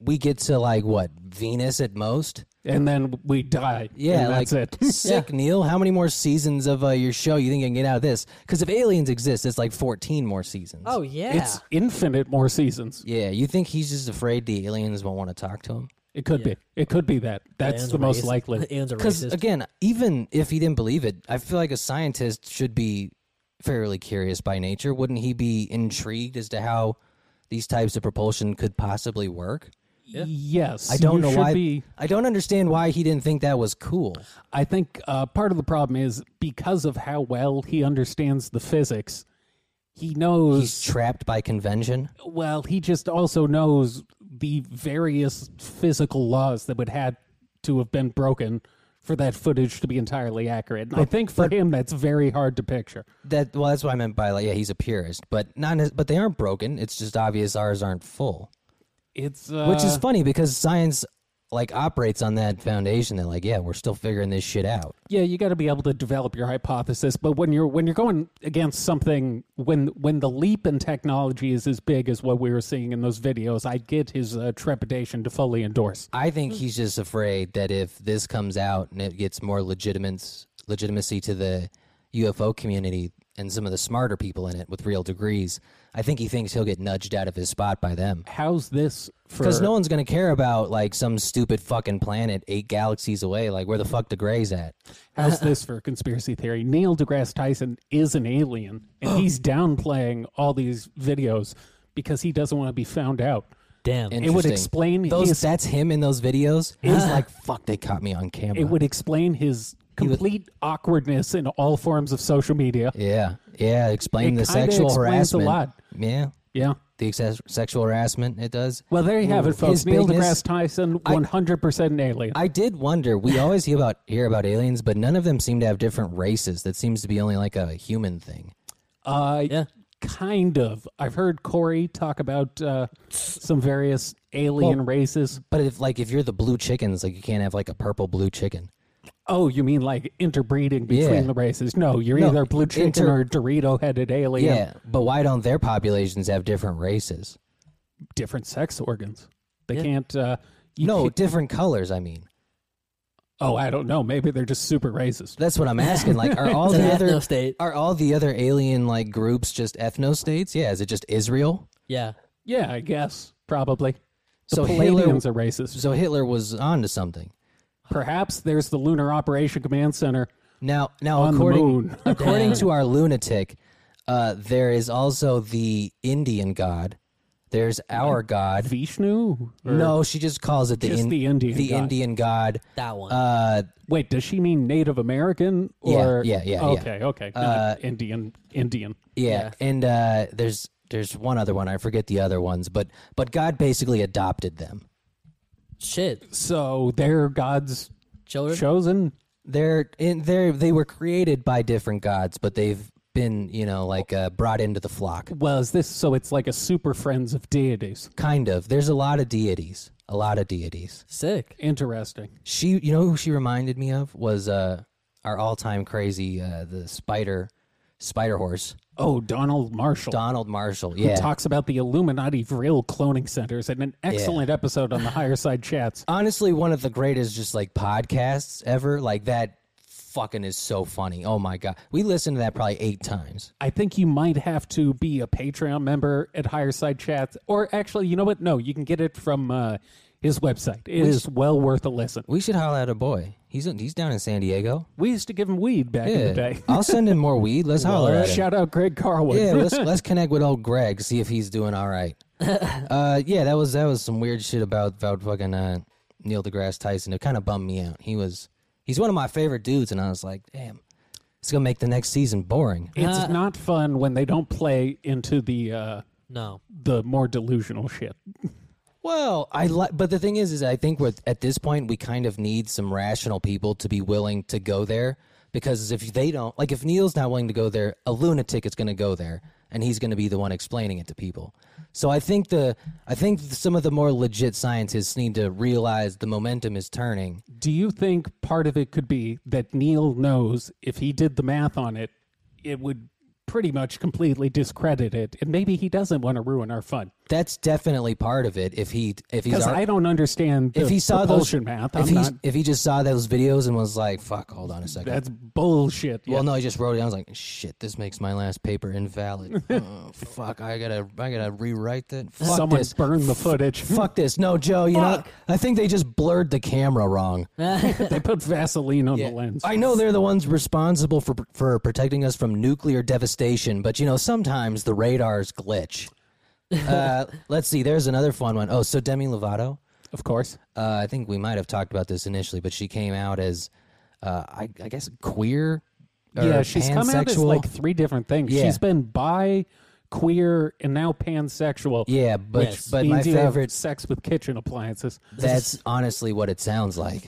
A: we get to like what Venus at most.
B: and then we die.
A: Yeah,
B: and
A: like
B: that's it.
A: sick Neil. How many more seasons of uh, your show you think you can get out of this? Because if aliens exist, it's like fourteen more seasons.
C: Oh yeah.
B: It's infinite more seasons.
A: yeah. You think he's just afraid the aliens won't want to talk to him?
B: It could be. It could be that. That's
C: Aliens
B: the
C: are
B: most
C: racist.
B: likely.
C: Aliens are
A: Because
C: racist.
A: again, even if he didn't believe it, I feel like a scientist should be fairly curious by nature. Wouldn't he be intrigued as to how these types of propulsion could possibly work?
B: Yes.
A: I don't
B: you
A: know
B: should
A: why.
B: Be,
A: I don't understand why he didn't think that was cool.
B: I think uh, part of the problem is because of how well he understands the physics. He knows
A: He's trapped by convention.
B: Well, he just also knows the various physical laws that would had to have been broken for that footage to be entirely accurate. And I think for him, that's very hard to picture.
A: That well, that's what I meant by like, yeah, he's a purist, but not. as- But they aren't broken. It's just obvious ours aren't full,
B: It's uh,
A: which is funny because science like operates on that foundation that like, yeah, we're still figuring this shit out.
B: yeah, you got to be able to develop your hypothesis. But when you're when you're going against something, when when the leap in technology is as big as what we were seeing in those videos, I get his uh, trepidation to fully endorse.
A: I think he's just afraid that if this comes out and it gets more legitimate legitimacy to the UFO community and some of the smarter people in it with real degrees, I think he thinks he'll get nudged out of his spot by them.
B: How's this for?
A: Because no one's gonna care about like some stupid fucking planet eight galaxies away, like where the fuck the Greys at?
B: How's
A: Uh,
B: this for a conspiracy theory? Neil deGrasse Tyson is an alien, and he's downplaying all these videos because he doesn't want to be found out.
C: Damn.
B: It would
A: Interesting.
B: explain
A: those.
B: his.
A: that's him in those videos. He's like, fuck, they caught me on camera.
B: It would explain his complete awkwardness in all forms of social media.
A: yeah, yeah. Explain
B: It
A: the
B: kinda
A: sexual
B: explains a
A: harassment.
B: lot.
A: Yeah,
B: Yeah.
A: the excess, sexual harassment it does.
B: Well, there you have it, folks.
A: His
B: Neil
A: bigness-
B: deGrasse Tyson, one hundred percent an alien.
A: I did wonder. We always hear about hear about aliens, but none of them seem to have different races. That seems to be only like a human thing.
B: Uh,
C: Yeah.
B: Kind of. I've heard Corey talk about uh, some various alien races.
A: But if like if you're the blue chickens, like you can't have like a purple blue chicken.
B: Oh, you mean like interbreeding between
A: Yeah.
B: the races? No, you're either blue chicken
A: inter-
B: or Dorito headed alien.
A: Yeah. but why don't their populations have different races?
B: Different sex organs. They can't. Uh, you
A: No,
B: can't-
A: different colors. I mean,
B: oh, I don't know. Maybe they're just super racist.
A: that's what I'm asking. Like, are all
C: It's
A: the
C: an
A: other
C: ethnostate.
A: are all the other alien like groups just ethno states? Yeah, is it just Israel?
C: yeah.
B: Yeah, I guess probably. The
A: So Hitler,
B: Palladians are racist.
A: so Hitler was onto something.
B: Perhaps there's the Lunar Operation Command Center.
A: Now, now
B: On the
A: according
B: moon.
A: according to our lunatic, uh, there is also the Indian god. There's our god.
B: Vishnu? Or-
A: No, she just calls it the,
B: Just the Indian
A: the
B: god.
A: Indian god.
C: That one.
A: Uh,
B: Wait, does she mean Native American?
A: Yeah,
B: Or
A: yeah, yeah, Uh, yeah.
B: Okay, okay. Not Indian, Indian.
A: yeah, and uh, there's there's one other one. I forget the other ones, but but God basically adopted them.
C: Shit.
B: So they're God's
C: Children.
B: chosen.
A: They're in they they were created by different gods, but they've been you know like uh, brought into the flock.
B: Well, is this so? It's like a super friends of deities.
A: Kind of. There's a lot of deities. A lot of deities.
C: Sick.
B: Interesting.
A: She, you know, who she reminded me of was uh, our all-time crazy, uh, the spider, spider horse,
B: Oh, Donald Marshall.
A: Donald Marshall.
B: who
A: Yeah,
B: Talks about the Illuminati real cloning centers and an excellent episode on the Higher Side Chats.
A: honestly, one of the greatest just like podcasts ever. Like that, fucking is so funny. Oh my god, we listened to that probably eight times.
B: I think you might have to be a Patreon member at Higher Side Chats, or actually, you know what? No, you can get it from uh, his website. It is well worth a listen.
A: We should holler at a boy. He's he's down in San Diego.
B: We used to give him weed back in the
A: Yeah,
B: day.
A: I'll send him more weed. Let's holler at him.
B: Shout out Greg Carwin.
A: Yeah, let's let's connect with old Greg, see if he's doing all right. Uh, yeah, that was that was some weird shit about about fucking uh, Neil deGrasse Tyson. It kind of bummed me out. He was he's one of my favorite dudes, and I was like, damn, it's gonna make the next season boring.
B: It's not fun when they don't play into the uh,
C: No.
B: the more delusional shit.
A: Well, I li- but the thing is, is I think we're at this point we kind of need some rational people to be willing to go there because if they don't, like if Neil's not willing to go there, a lunatic is gonna go there, and he's going to be the one explaining it to people. So I think the I think some of the more legit scientists need to realize the momentum is turning.
B: Do you think part of it could be that Neil knows if he did the math on it, it would pretty much completely discredit it, and maybe he doesn't want to ruin our fun
A: That's definitely part of it. If he if he's
B: because
A: ar-
B: I don't understand the
A: if he saw those
B: propulsion math.
A: if
B: I'm
A: he
B: not.
A: if he just saw those videos and was like, "Fuck, hold on a second.
B: That's bullshit. Yeah.
A: Well, no, I just wrote it. down. I was like, "Shit, this makes my last paper invalid." oh, fuck, I gotta, I gotta rewrite that. Fuck
B: someone
A: this.
B: burned the footage.
A: Fuck this. No, Joe, you know, I think they just blurred the camera wrong.
B: they put Vaseline on the lens.
A: I know they're the ones responsible for for protecting us from nuclear devastation, but you know, sometimes the radars glitch. uh, let's see. There's another fun one. Oh, so Demi Lovato.
B: of course.
A: Uh, I think we might have talked about this initially, but she came out as, uh, I, I guess, queer. or
B: yeah, she's come out as
A: pansexual.
B: like three different things.
A: Yeah.
B: She's been bi, queer, and now pansexual.
A: Yeah, but
C: Yes.
A: but
B: means
A: my
B: you have
A: favorite.
B: sex with kitchen appliances.
A: That's honestly what it sounds like.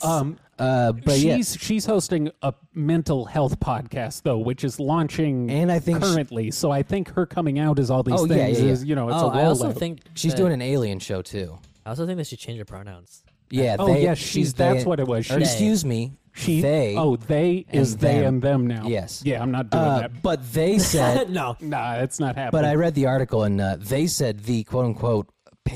B: Um,
A: Uh, but yeah,
B: she's she's hosting a mental health podcast though, which is launching
A: And I think she-
B: currently. so I think her coming out is all these
A: Oh,
B: things.
A: yeah, yeah, yeah.
B: Is, you know, it's a
C: oh,
B: rollout.
C: I also think
A: she's
C: that-
A: doing an alien show too.
C: I also think they should change her pronouns.
A: Yeah.
B: Oh,
A: they,
B: yeah, she-
A: she's
B: that's
A: they-
B: what it was.
A: or
B: She-
A: excuse me.
B: she.
A: They.
B: oh, they
A: and
B: is they
A: them.
B: and them now.
A: Yes.
B: Yeah, I'm not doing
A: Uh,
B: that.
A: but they said.
C: no.
B: Nah, it's not happening.
A: but I read the article and uh, they said the quote unquote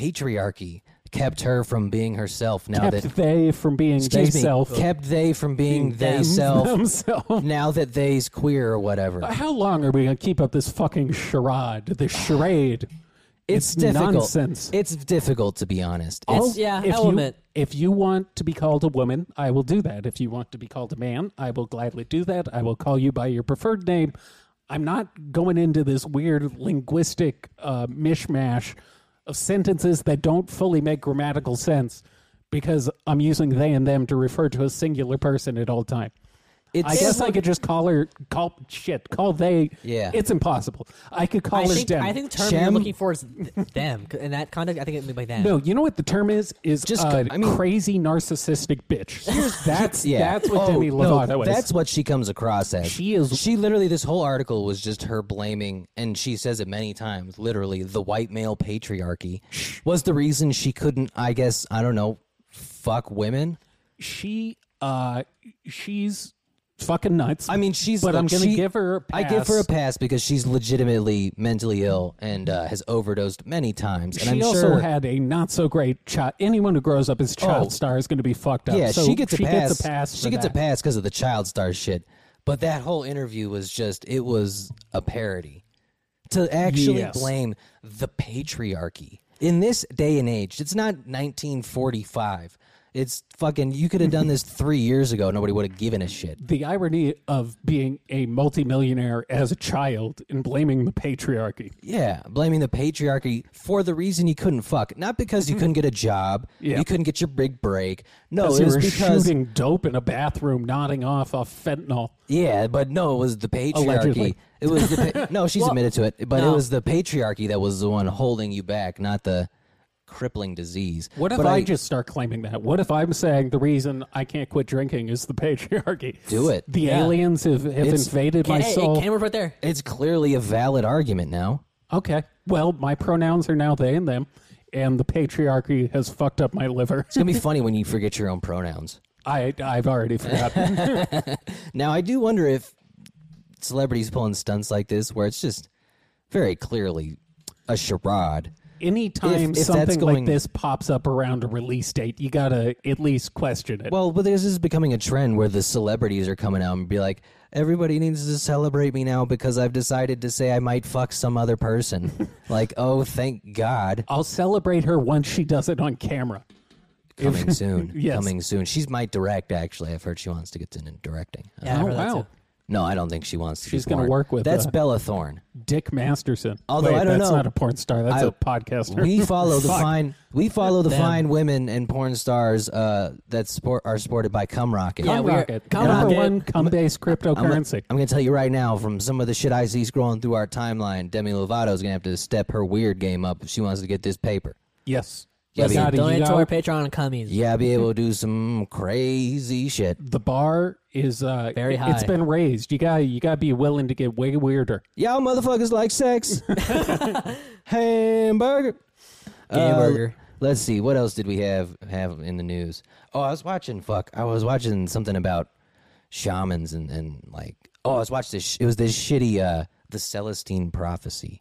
A: patriarchy kept her from being herself. Now
B: kept
A: that
B: they from being
A: excuse me,
B: self
A: kept they from being they self.
B: themselves.
A: Now that they's queer or whatever.
B: How long are we gonna keep up this fucking charade? This charade.
A: It's, difficult.
B: nonsense. Oh,
A: It's difficult to be honest.
C: It's- yeah,
B: if
C: element.
B: You, if you want to be called a woman, I will do that. If you want to be called a man, I will gladly do that. I will call you by your preferred name. I'm not going into this weird linguistic uh, mishmash of sentences that don't fully make grammatical sense because I'm using they and them to refer to a singular person at all time.
A: It's,
B: I guess I could just call her call shit call they.
A: Yeah.
B: it's impossible. I could call
C: I
B: her
C: think,
B: Dem.
C: I think the term
A: Shem?
C: you're looking for is th- them. C- In that context, I think it would be them.
B: No, you know what the term is? Is
A: Just-
B: just uh,
A: I mean-
B: crazy narcissistic bitch. That's
A: Yeah,
B: that's what
A: Oh,
B: Demi
A: no,
B: Lovato is.
A: That's what she comes across as.
B: She is-
A: She literally. This whole article was just her blaming, and she says it many times. Literally, the white male patriarchy was the reason she couldn't. I guess I don't know. Fuck women.
B: she uh she's fucking nuts.
A: I mean, she's.
B: but I'm
A: look,
B: gonna
A: she-
B: give her a
A: I give her a
B: pass.
A: pass because she's legitimately mentally ill and uh, has overdosed many times. And
B: she
A: I'm
B: also
A: sure.
B: had a not so great child. Anyone who grows up as child
A: Oh.
B: star is going to be fucked up.
A: yeah,
B: so
A: she gets a pass.
B: Gets a pass
A: she
B: for
A: gets a
B: that.
A: pass because of the child star shit. But that whole interview was just it was a parody. To actually
B: Yes.
A: blame the patriarchy in this day and age, it's not 1945. It's fucking. You could have done this three years ago. Nobody would have given a shit.
B: The irony of being a multimillionaire as a child and blaming the patriarchy.
A: Yeah, blaming the patriarchy for the reason you couldn't fuck, not because you couldn't get a job,
B: Yeah.
A: you couldn't get your big break. No,
B: Oh, Because
A: it
B: you
A: was
B: were
A: because
B: shooting dope in a bathroom, nodding off off fentanyl.
A: Yeah, but no, it was the patriarchy.
B: Allegedly.
A: It was the pa- no. She's admitted to it, but it
C: no.
A: was the patriarchy that was the one holding you back, not the crippling disease.
B: What if
A: But
B: I, just start claiming that? What if I'm saying the reason I can't quit drinking is the patriarchy?
A: Do it.
B: The aliens have, have
A: It's-
B: invaded
C: Hey,
B: my
C: hey,
B: soul.
C: Cameron's right there.
A: It's clearly a valid argument now.
B: okay. Well, my pronouns are now they and them, and the patriarchy has fucked up my liver.
A: It's gonna be funny when you forget your own pronouns.
B: I I've already forgotten.
A: Now, I do wonder if celebrities pulling stunts like this, where it's just very clearly a charade.
B: Anytime
A: If- if that's
B: something
A: going-
B: like this pops up around a release date, you gotta at least question it.
A: Well, but this is becoming a trend where the celebrities are coming out and be like, everybody needs to celebrate me now because I've decided to say I might fuck some other person. like, oh, thank God,
B: I'll celebrate her once she does it on camera.
A: coming soon,
B: Yes.
A: coming soon. She's might direct actually. I've heard she wants to get into directing. Uh,
C: Yeah, I
B: oh
C: heard that
B: wow,
C: too.
A: no, I don't think she wants to.
B: She's
A: gonna
B: gonna work with,
A: that's
B: uh,
A: Bella Thorne.
B: Dick Masterson.
A: Although
B: Wait,
A: I don't
B: that's
A: know.
B: not a porn star. That's
A: I-
B: a podcaster.
A: We follow the
B: Fuck.
A: fine. We follow the fine women and porn stars uh, that sport are supported by cum rocket.
C: Yeah, we are-
B: Rocket.
C: Cum
B: Number
C: Rocket.
B: one, cum based
A: I'm gonna-
B: cryptocurrency.
A: I'm going to tell you right now from some of the shit I see scrolling through our timeline, Demi Lovato's going to have to step her weird game up if she wants to get this paper.
B: Yes.
A: Yeah,
B: Listen,
A: be,
B: Daddy, you
C: Donate to
B: know-
C: our Patreon and cummies.
A: yeah, be able to do some crazy shit.
B: The bar is uh,
C: Very
B: it- It's
C: high.
B: been raised. You got to you got to be willing to get way weirder.
A: Y'all motherfuckers like sex. Hamburger. Uh,
C: Gamburger.
A: Let's see what else did we have have in the news. Oh, I was watching fuck. I was watching something about shamans and and like oh, I was watching this. Sh- it was this shitty uh the Celestine Prophecy,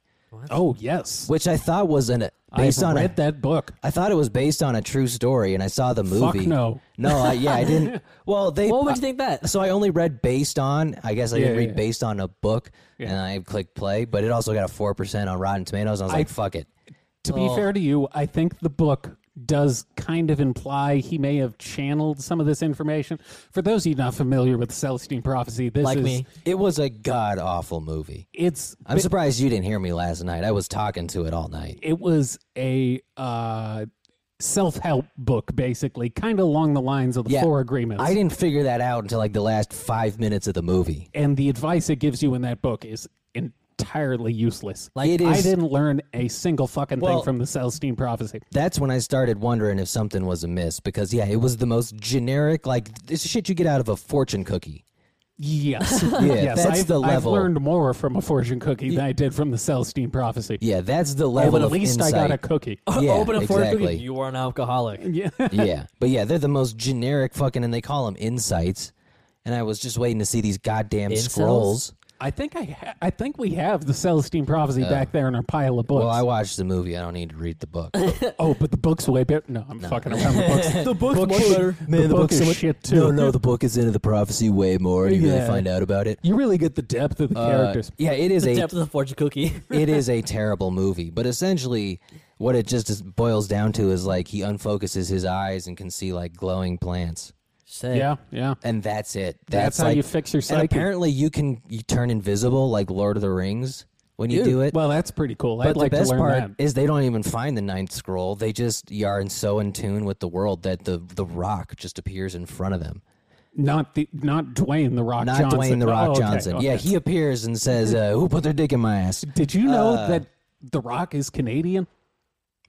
B: Oh yes,
A: which I thought was an uh, based
B: I've
A: on a-
B: read that book.
A: I thought it was based on a true story, and I saw the
B: Fuck
A: movie.
B: no.
A: no, I, yeah, I didn't. Well, they.
C: what would you think that?
A: So I only read based on. I guess I didn't
B: yeah,
A: read
B: yeah.
A: based on a book, and I clicked play. But it also got a four percent on Rotten Tomatoes. And I was like, fuck it.
B: To
C: Oh.
B: be fair to you, I think the book does kind of imply he may have channeled some of this information. For those of you not familiar with Celestine prophecy, this
C: Like
B: is
C: me.
A: It was a god awful movie.
B: it's
A: I'm surprised you didn't hear me last night. I was talking to it all night.
B: it was a uh, self-help book basically, kind of along the lines of the
A: Yeah.
B: four agreements.
A: I didn't figure that out until like the last five minutes of the movie.
B: and the advice it gives you in that book is entirely useless. Like
A: It
B: I
A: is-
B: didn't learn a single fucking
A: Well-
B: thing from the Celestine prophecy.
A: That's when I started wondering if something was amiss because yeah, it was the most generic like this shit you get out of a fortune cookie.
B: Yes, yes,
A: that's
B: I've,
A: the
B: I've
A: level.
B: learned more from a fortune cookie than I did from the Celestine prophecy.
A: Yeah, that's the
B: Oh,
A: level
B: but at
A: of
B: least
A: insight.
B: I got a cookie.
A: yeah,
C: Open a fork,
A: exactly.
C: You are an alcoholic.
B: Yeah.
A: yeah, but yeah, they're the most generic fucking, and they call them insights. And I was just waiting to see these goddamn
C: Incels?
A: scrolls.
B: I think I ha- I think we have the Celestine prophecy back there in our pile of books.
A: Well, I watched the movie. I don't need to read the book.
B: oh, but the book's way better. No, I'm fucking around. The book's the book's
C: way better.
B: Man, the, book is shit too.
A: No, no, the book is into the prophecy way more, and you really
B: Yeah.
A: find out about it.
B: You really get the depth of the
A: Uh,
B: characters.
A: yeah, it is
C: The
A: a
C: depth of the fortune cookie.
A: it is a terrible movie. But essentially, what it just is- boils down to is like he unfocuses his eyes and can see like glowing plants.
C: Sick.
B: Yeah, yeah.
A: and that's it.
B: That's how
A: like-
B: you fix your
A: And
B: psyche.
A: apparently, you can you turn invisible like Lord of the Rings when you do it.
B: Well, that's pretty cool.
A: but
B: I'd like
A: the best
B: to learn
A: part
B: that.
A: is they don't even find the ninth scroll. They just are in so in tune with the world that the the rock just appears in front of them.
B: Not the not Dwayne the Rock
A: Not
B: Johnson.
A: Dwayne the Rock
B: Oh, okay,
A: Johnson.
B: okay.
A: Yeah, he appears and says, uh, "Who put their dick in my ass?"
B: Did you know
A: Uh.
B: that the Rock is Canadian?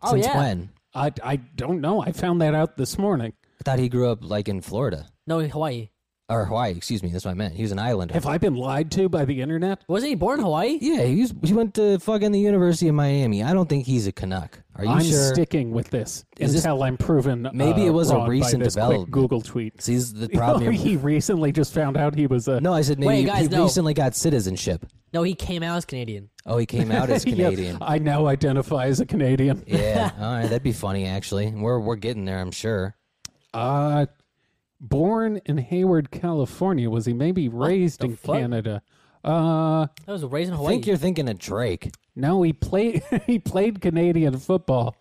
C: Oh,
A: Since
C: yeah.
A: when?
B: I I don't know. I found that out this morning.
A: I thought he grew up like in Florida
C: No, in Hawaii.
A: or Hawaii. Excuse me, that's what I meant. He was an islander.
B: Have I been lied to by the internet?
C: Wasn't he born in Hawaii?
A: yeah, he, was, he went to fucking the University of Miami. I don't think he's a Canuck. Are you
B: I'm
A: sure?
B: sticking with this
A: Is this-
B: until I'm proven.
A: Maybe
B: uh,
A: it was a
B: wrong by
A: recent
B: this quick
A: development.
B: Google tweet.
A: See, this is the problem. you're-
B: he recently just found out he was a.
A: No, I said maybe
C: Wait,
A: he-
C: guys,
A: he
C: no.
A: recently got citizenship.
C: No, he came out as Canadian.
A: Oh, he came out as
B: Yeah,
A: Canadian.
B: I now identify as a Canadian.
A: yeah, all right, that'd be funny actually. We're we're getting there, I'm sure.
B: Uh, born in Hayward, California, was he maybe raised in
C: fuck?
B: Canada? Uh,
C: That was raised in
A: I
C: Hawaii.
A: think you're thinking of Drake.
B: no, he played he played Canadian football.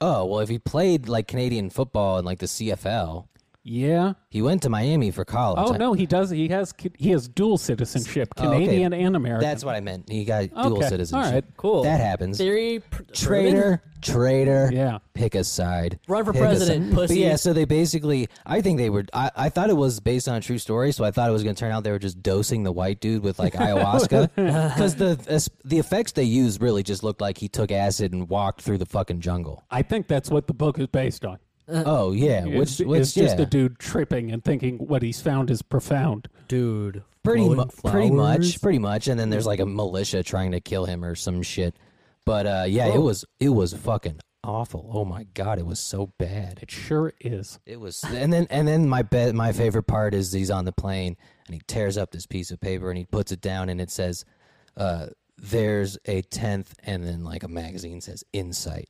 A: Oh well, if he played like Canadian football in like the CFL,
B: Yeah.
A: he went to Miami for college.
B: Oh
A: I-
B: no, he does. He has he has dual citizenship,
A: Oh, okay.
B: Canadian and American.
A: That's what I meant. He got dual
B: Okay,
A: citizenship.
B: all right,
C: cool.
A: That happens.
C: Theory. Pr-
A: Traitor, traitor.
B: Yeah.
A: Pick a side.
C: Run for
A: Pick a
C: president,
A: side. But
C: pussy.
A: yeah, so they basically, I think they were, I, I thought it was based on a true story, so I thought it was going to turn out they were just dosing the white dude with like ayahuasca. Because the, es- the effects they used really just looked like he took acid and walked through the fucking jungle.
B: I think that's what the book is based on.
A: oh, yeah. Which,
B: It's,
A: which
B: it's just
A: yeah,
B: a dude tripping and thinking what he's found is profound.
C: Dude.
A: pretty, mu-
C: flowing
A: pretty much,
C: flowers.
A: pretty much. And then there's like a militia trying to kill him or some shit. But uh, yeah, it was, it was fucking awful. Oh my God, it was so bad.
B: It sure is.
A: It was, and then and then my be- my favorite part is he's on the plane and he tears up this piece of paper and he puts it down and it says, uh, "There's a tenth, and then like a magazine says "Insight,"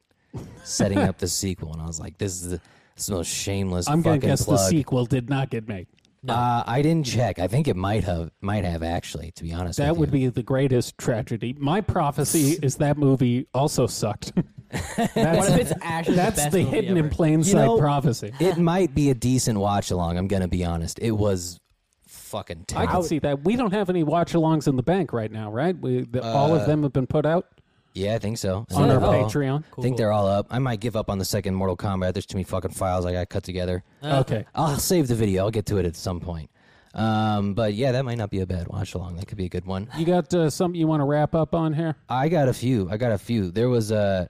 A: setting up the sequel. And I was like, "This is the, this is the most shameless
B: I'm gonna
A: fucking
B: guess
A: plug."
B: the sequel did not get made.
A: Uh, I didn't check. I think it might have might have actually. To be honest,
B: That
A: with
B: would
A: you.
B: be the greatest tragedy. My prophecy is that movie also sucked. that's
C: What if it's actually the
B: that's
C: best
B: the
C: movie
B: hidden in
C: ever?
B: plain
A: You
B: sight
A: know,
B: prophecy.
A: It might be a decent watch along. I'm gonna be honest. It was fucking
B: I
A: terrible.
B: can see that. We don't have any watch alongs in the bank right now, right? We, the, all
A: Uh,
B: of them have been put out.
A: Yeah, I think so.
B: On
A: Yeah.
B: our Patreon.
A: I think they're all up. I might give up on the second Mortal Kombat. There's too many fucking files I got cut together.
B: okay.
A: I'll save the video. I'll get to it at some point. Um, but yeah, that might not be a bad watch along. That could be a good one.
B: You got uh, something you want to wrap up on here?
A: I got a few. I got a few. There was a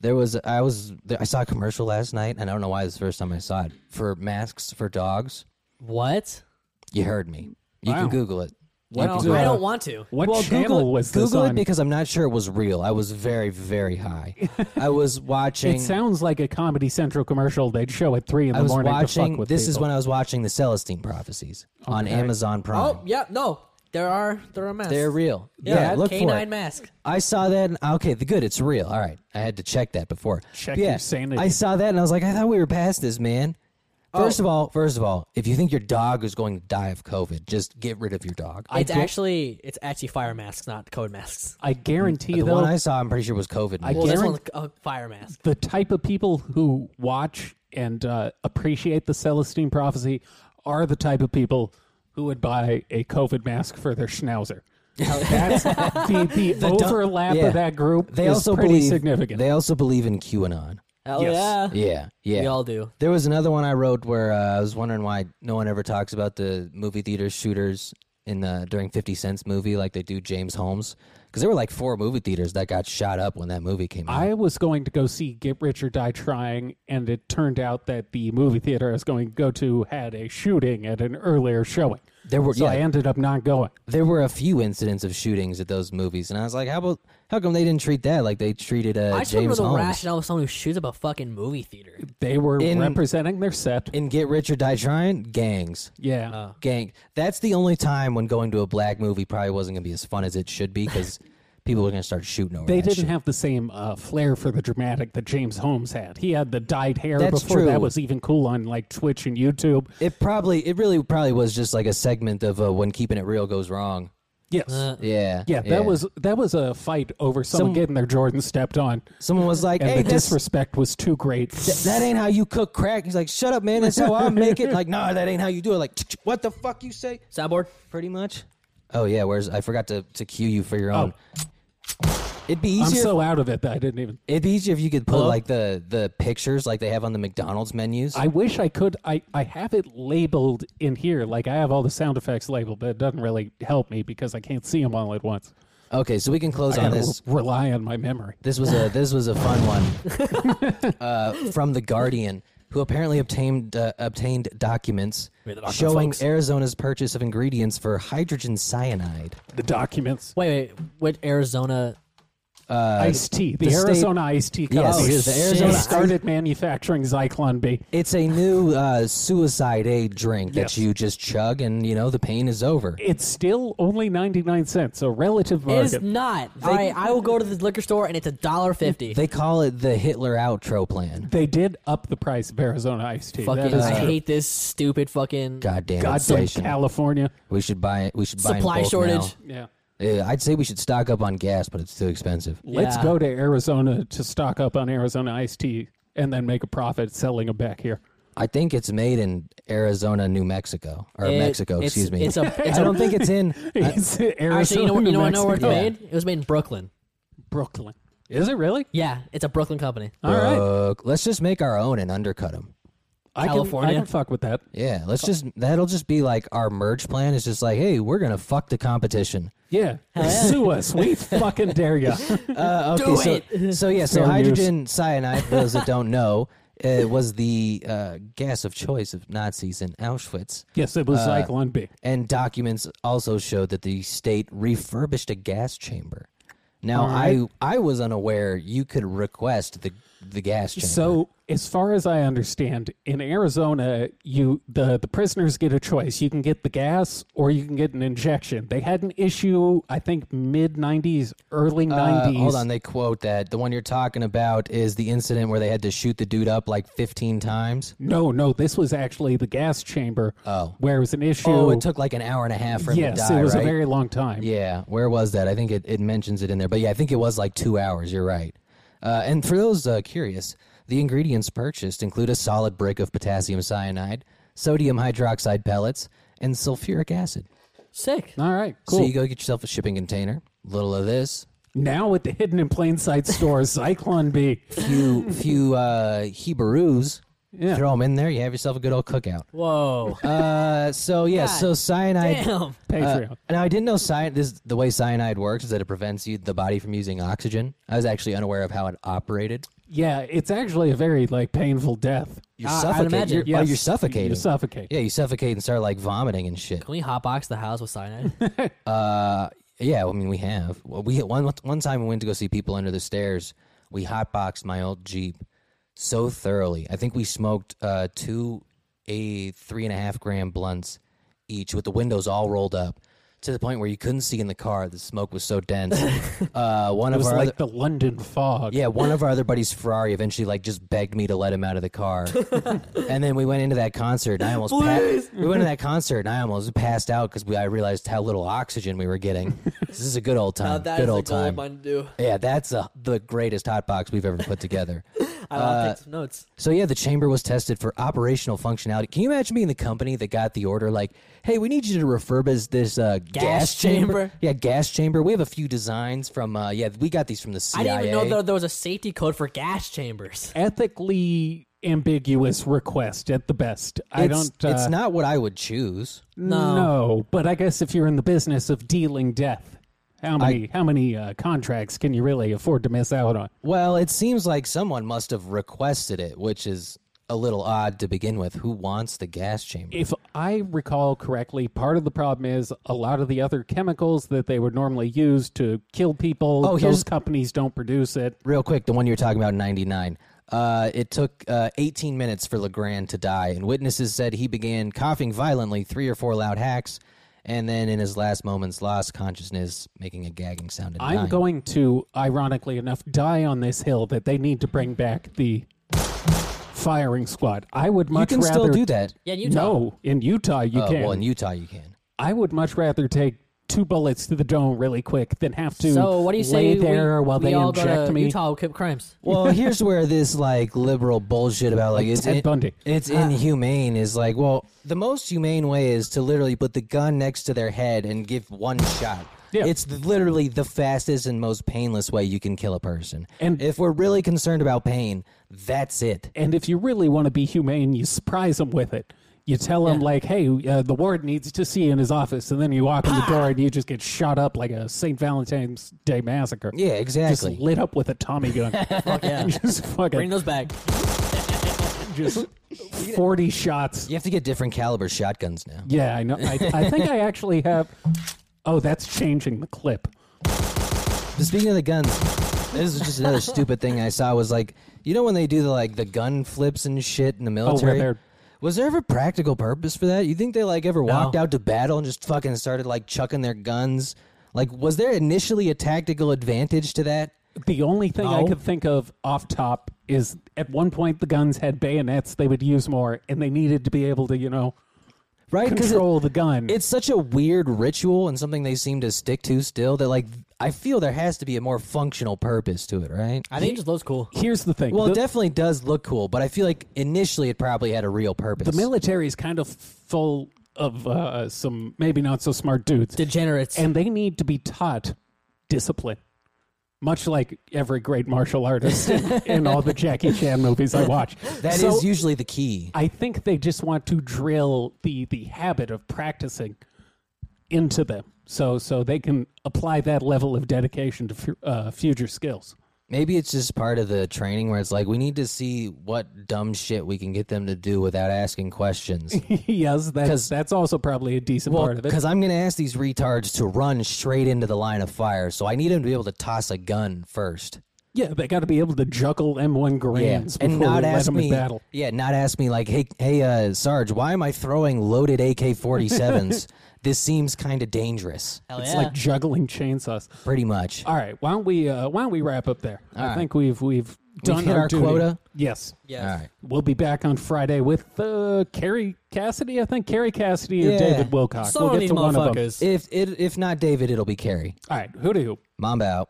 A: There was I was there, I saw a commercial last night, and I don't know why this is the first time I saw it for masks for dogs.
C: What?
A: You heard me. You
B: Wow.
A: can Google it. You
C: I
A: can
C: don't,
A: Google
C: I
A: it.
C: don't want to.
B: What
A: well,
B: channel
A: Google,
B: was this
A: Google
B: on?
A: it because I'm not sure it was real. I was very, very high. I was watching.
B: it sounds like a Comedy Central commercial they'd show at three in the
A: I was
B: morning to fuck
A: watching.
B: with
A: This is
B: people.
A: when I was watching the Celestine prophecies on Amazon Prime.
C: Oh, yeah, no. There are there are masks.
A: They're real.
C: Yeah,
A: Yeah, look for
C: canine
A: it.
C: mask.
A: I saw that. And, okay, the good. It's real. All right, I had to check that before.
B: Check
A: But yeah,
B: your sanity.
A: I saw that and I was like, I thought we were past this, man.
C: Oh.
A: First of all, first of all, if you think your dog is going to die of COVID, just get rid of your dog.
C: It's actually it's actually fire masks, not code masks.
B: I guarantee
A: the
B: though,
A: one I saw, I'm pretty sure was COVID.
B: I
C: Well,
A: related.
C: this
B: Guaran-
C: one a fire mask.
B: the type of people who watch and uh, appreciate the Celestine prophecy are the type of people who would buy a COVID mask for their schnauzer. That's the, the,
A: dun-
B: overlap
A: yeah.
B: of that group
A: they
B: is
A: also
B: pretty
A: believe
B: significant.
A: They also believe in QAnon.
C: Hell
B: Yes.
C: yeah.
A: Yeah, yeah.
C: We all do.
A: There was another one I wrote where uh, I was wondering why no one ever talks about the movie theater shooters in the during Fifty Cent's movie like they do James Holmes because there were like four movie theaters that got shot up when that movie came out.
B: I was going to go see Get Rich or Die Trying, and it turned out that the movie theater I was going to go to had a shooting at an earlier showing.
A: There were
B: So
A: yeah,
B: I ended up not going.
A: there were a few incidents of shootings at those movies, and I was like, how about how come they didn't treat that like they treated uh,
C: I just
A: James
C: remember the
A: Holmes
C: rationale of someone who shoots up a fucking movie theater.
B: They were
A: In-
B: representing their set.
A: in Get Rich or Die Trying? Gangs.
B: yeah.
A: gang. That's the only time when going to a black movie probably wasn't going to be as fun as it should be because people were going to start shooting over.
B: They
A: that
B: didn't
A: shit.
B: have the same uh, flair for the dramatic that James Holmes had. He had the dyed hair
A: That's
B: before
A: true.
B: that was even cool on like Twitch and YouTube.
A: It probably, it really probably was just like a segment of uh, when keeping it real goes wrong.
B: Yes.
A: Uh, Yeah,
B: yeah, that was that was a fight over someone
A: Some-
B: getting their Jordan stepped on,
A: Someone was like,
B: and
A: "Hey,
B: the
A: this,
B: disrespect was too great.
A: th- that ain't how you cook crack." He's like, "Shut up, man. That's how I make it." Like, "Nah, that ain't how you do it." Like, "What the fuck you say?"
C: Soundboard.
A: Pretty much. Oh yeah, where's I forgot to to cue you for your own. It'd be
B: Oh. I'm
A: easier.
B: so out of it that I didn't even.
A: it'd be easier if you could put like the the pictures like they have on the McDonald's menus.
B: I wish I could. I, I have it labeled in here. Like I have all the sound effects labeled, but it doesn't really help me because I can't see them all at once.
A: okay, so we can close
B: I
A: on
B: gotta
A: this.
B: re- rely on my memory.
A: This was a this was a fun one uh, from the Guardian, who apparently obtained uh, obtained documents
C: We're the doctor
A: showing
C: folks.
A: Arizona's purchase of ingredients for hydrogen cyanide.
B: The documents.
C: Wait, wait. What Arizona?
B: iced tea. The,
A: the state-
B: Arizona iced tea
A: Yes,
B: company.
A: the Arizona
B: They
A: Ice-
B: started manufacturing Zyklon B.
A: It's a new uh, suicide aid drink
B: Yes.
A: that you just chug, and you know the pain is over.
B: It's still only 99 cents, a relative
C: It is
B: bargain.
C: not. All right, I will go to the liquor store and it's a dollar fifty.
A: They call it the Hitler outro plan.
B: they did up the price of Arizona iced tea.
C: Fucking,
B: that is
C: I
B: true.
C: hate this stupid fucking.
A: Goddamn
B: Goddamn
A: inflation!
B: California.
A: we should buy it. We should buy in
C: Supply
A: bulk
C: shortage.
B: Yeah.
A: now. Yeah, I'd say we should stock up on gas, but it's too expensive.
B: Let's
C: Yeah.
B: go to Arizona to stock up on Arizona iced tea and then make a profit selling them back here.
A: I think it's made in Arizona, New Mexico, or
C: It-
A: Mexico.
C: it's-
A: Excuse me.
C: it's a- it's
A: I
C: a-
A: don't think it's in. I,
B: It's Arizona,
C: Actually, you know, what-
B: New
C: you know, I know where it's
B: Mexico,
C: made. It was made in Brooklyn.
B: Brooklyn. Is it really?
C: Yeah, it's a Brooklyn company.
B: All right.
A: uh, let's just make our own and undercut them.
B: I can, I
C: California.
B: can fuck with that.
A: Yeah, let's just that'll just be like our merge plan. It's just like, hey, we're gonna fuck the competition.
B: Yeah. Sue us. We fucking dare you.
A: Uh, okay,
C: Do
A: so
C: it.
A: so yeah, so
B: Fair use.
A: hydrogen cyanide. For those that don't know, it was the uh, gas of choice of Nazis in Auschwitz.
B: yes, it was
A: Uh,
B: Zyklon B.
A: And documents also showed that the state refurbished a gas chamber. Now, I I was unaware you could request the the gas chamber.
B: So, as far as I understand, in Arizona, you the the prisoners get a choice. You can get the gas or you can get an injection. They had an issue, I think, mid '90s, early
A: Uh,
B: '90s.
A: hold on, they quote that the one you're talking about is the incident where they had to shoot the dude up like 15 times.
B: No, no, this was actually the gas chamber.
A: Oh.
B: where it was an issue.
A: Oh, it took like an hour and a half for him
B: yes,
A: to die,
B: it was
A: right?
B: a very long time.
A: yeah, where was that? I think it, it mentions it in there, but yeah, I think it was like two hours. You're right. Uh, and for those uh, curious, the ingredients purchased include a solid brick of potassium cyanide, sodium hydroxide pellets, and sulfuric acid.
C: Sick.
B: All right, cool.
A: So you go get yourself a shipping container, little of this,
B: now at the Uh, hidden in plain sight store, Zyklon B.
A: few few uh, Hebrews,
B: Yeah.
A: Throw them in there. You have yourself a good old cookout.
C: Whoa.
A: Uh, so yeah, so cyanide.
C: Damn.
B: Patreon.
A: Uh, now I didn't know cyan- this the way cyanide works is that it prevents you the body from using oxygen. I was actually unaware of how it operated.
B: yeah, it's actually a very like painful death.
A: You're
C: Uh, I'd
A: suffocating.
C: imagine.
A: You're, oh,
B: Yes.
A: you're suffocating.
B: You suffocate.
A: yeah, you suffocate and start like vomiting and shit.
C: Can we hotbox the house with cyanide?
A: Uh, yeah, I mean we have. Well, we one one time we went to go see people under the stairs. We hotboxed my old Jeep so thoroughly. I think we smoked uh, two a three and a half gram blunts each with the windows all rolled up to the point where you couldn't see in the car. The smoke was so dense. uh, one
B: It
A: of
B: was
A: our
B: like
A: other,
B: the London fog.
A: yeah, one of our other buddies Ferrari eventually like just begged me to let him out of the car. and then we went into that concert and I almost pa- we went to that concert and I almost passed out cuz I realized how little oxygen we were getting. this is a good old
C: Uh,
A: time. good old time.
C: to do.
A: Yeah, that's a, the greatest hot box we've ever put together.
C: I will take some notes.
A: so yeah, the chamber was tested for operational functionality. Can you imagine being the company that got the order like, "Hey, we need you to refurbish this uh, gas,
C: chamber?
A: Yeah, gas chamber. We have a few designs from uh, yeah, we got these from the
C: I
A: CIA.
C: didn't even know there, there was a safety code for gas chambers.
B: Ethically ambiguous request at the best. I
A: It's-
B: don't. Uh,
A: it's not what I would choose.
B: No. but I guess if you're in the business of dealing death, how many how many uh, contracts can you really afford to miss out on?
A: Well, it seems like someone must have requested it, which is a little odd to begin with. Who wants the gas chamber?
B: If I recall correctly, part of the problem is a lot of the other chemicals that they would normally use to kill people.
A: Oh, here's-
B: those companies don't produce it.
A: Real quick, the one you were talking about, 99. Uh, it took uh, 18 minutes for Legrand to die, and witnesses said he began coughing violently, three or four loud hacks, and then in his last moments lost consciousness, making a gagging sound. At
B: I'm
A: nine.
B: going to, ironically enough, die on this hill that they need to bring back the firing squad. I would
A: You
B: much
A: can
B: rather
A: still do that.
C: Yeah, in Utah.
B: No, in Utah you
A: Uh,
B: can.
A: well, in Utah, you can.
B: I would much rather take two bullets to the dome really quick than have to
C: So what do you
B: lay
C: say
B: there
C: we,
B: while
C: we
B: they
C: all go
B: inject
C: to
B: me.
C: Utah commit crimes?
A: Well, here's where this like liberal bullshit about like,
B: Like
A: it's
B: Ted
A: in-
B: Bundy. Ah.
A: it's inhumane is like, well, the most humane way is to literally put the gun next to their head and give one shot.
B: Yeah.
A: It's literally the fastest and most painless way you can kill a person.
B: And-
A: if we're really concerned about pain, that's it.
B: And if you really want to be humane, you surprise them with it. You tell them like, "Hey, uh, the ward needs to see you in his office," and then you walk in the door and you just get shot up like a St. Valentine's Day massacre.
A: Yeah,
B: Just
A: exactly.
B: lit up with a Tommy gun. Fuck
C: yeah.
B: just fucking
C: Bring those back.
B: just forty shots.
A: you have to get different caliber shotguns now.
B: Yeah, I know. I, I think I actually have. Oh, that's changing the clip.
A: But speaking of the guns, this is just another stupid thing I saw was like, you know when they do the like the gun flips and shit in the
B: Oh, where
A: military?
B: they're-
A: was there ever practical purpose for that? You think they like ever walked out to battle and just fucking started like chucking their guns? Like, was there initially a tactical advantage to that?
B: The only thing I
C: No.
B: could think of off top is at one point the guns had bayonets they would use more, and they needed to be able to, you know,
A: Right? Because
B: control the gun.
A: it's such a weird ritual and something they seem to stick to still that like I feel there has to be a more functional purpose to it, right?
C: I think it just looks cool.
B: Here's the thing.
A: Well,
B: the,
A: it definitely does look cool, but I feel like initially it probably had a real purpose.
B: the military is kind of full of uh, some maybe not so smart dudes,
C: Degenerates.
B: and they need to be taught discipline, much like every great martial artist in, in all the Jackie Chan movies I watch.
A: That is
B: So
A: usually the key.
B: I think they just want to drill the the habit of practicing into them, so so they can apply that level of dedication to fu- uh, future skills.
A: Maybe it's just part of the training where it's like we need to see what dumb shit we can get them to do without asking questions.
B: yes, that's
A: 'Cause-
B: that's also probably a decent
A: well,
B: part of it.
A: because I'm going to ask these retards to run straight into the line of fire, so I need them to be able to toss a gun first.
B: Yeah, they got to be able to juggle M1 grands
A: and
B: before
A: not
B: we let
A: ask
B: them
A: me.
B: in battle.
A: Yeah, not ask me like, hey, hey, uh, Sarge, why am I throwing loaded AK-47s? this seems kind of dangerous.
C: Hell
B: It's
C: yeah.
B: like juggling chainsaws.
A: Pretty much.
B: All right, why don't we uh, why don't we wrap up there? I
A: right.
B: think we've we've done
A: hit our
B: duty.
A: quota?
B: Yes.
C: yes.
A: All right.
B: We'll be back on Friday with uh, Carrie Cassidy. I think Carrie Cassidy or
A: Yeah.
B: David Wilcock.
C: Some
B: we'll
C: of
B: get
C: these
B: to one of them.
C: motherfuckers.
A: If it, if not David, it'll be Carrie.
B: All right, who do you?
A: Mamba out.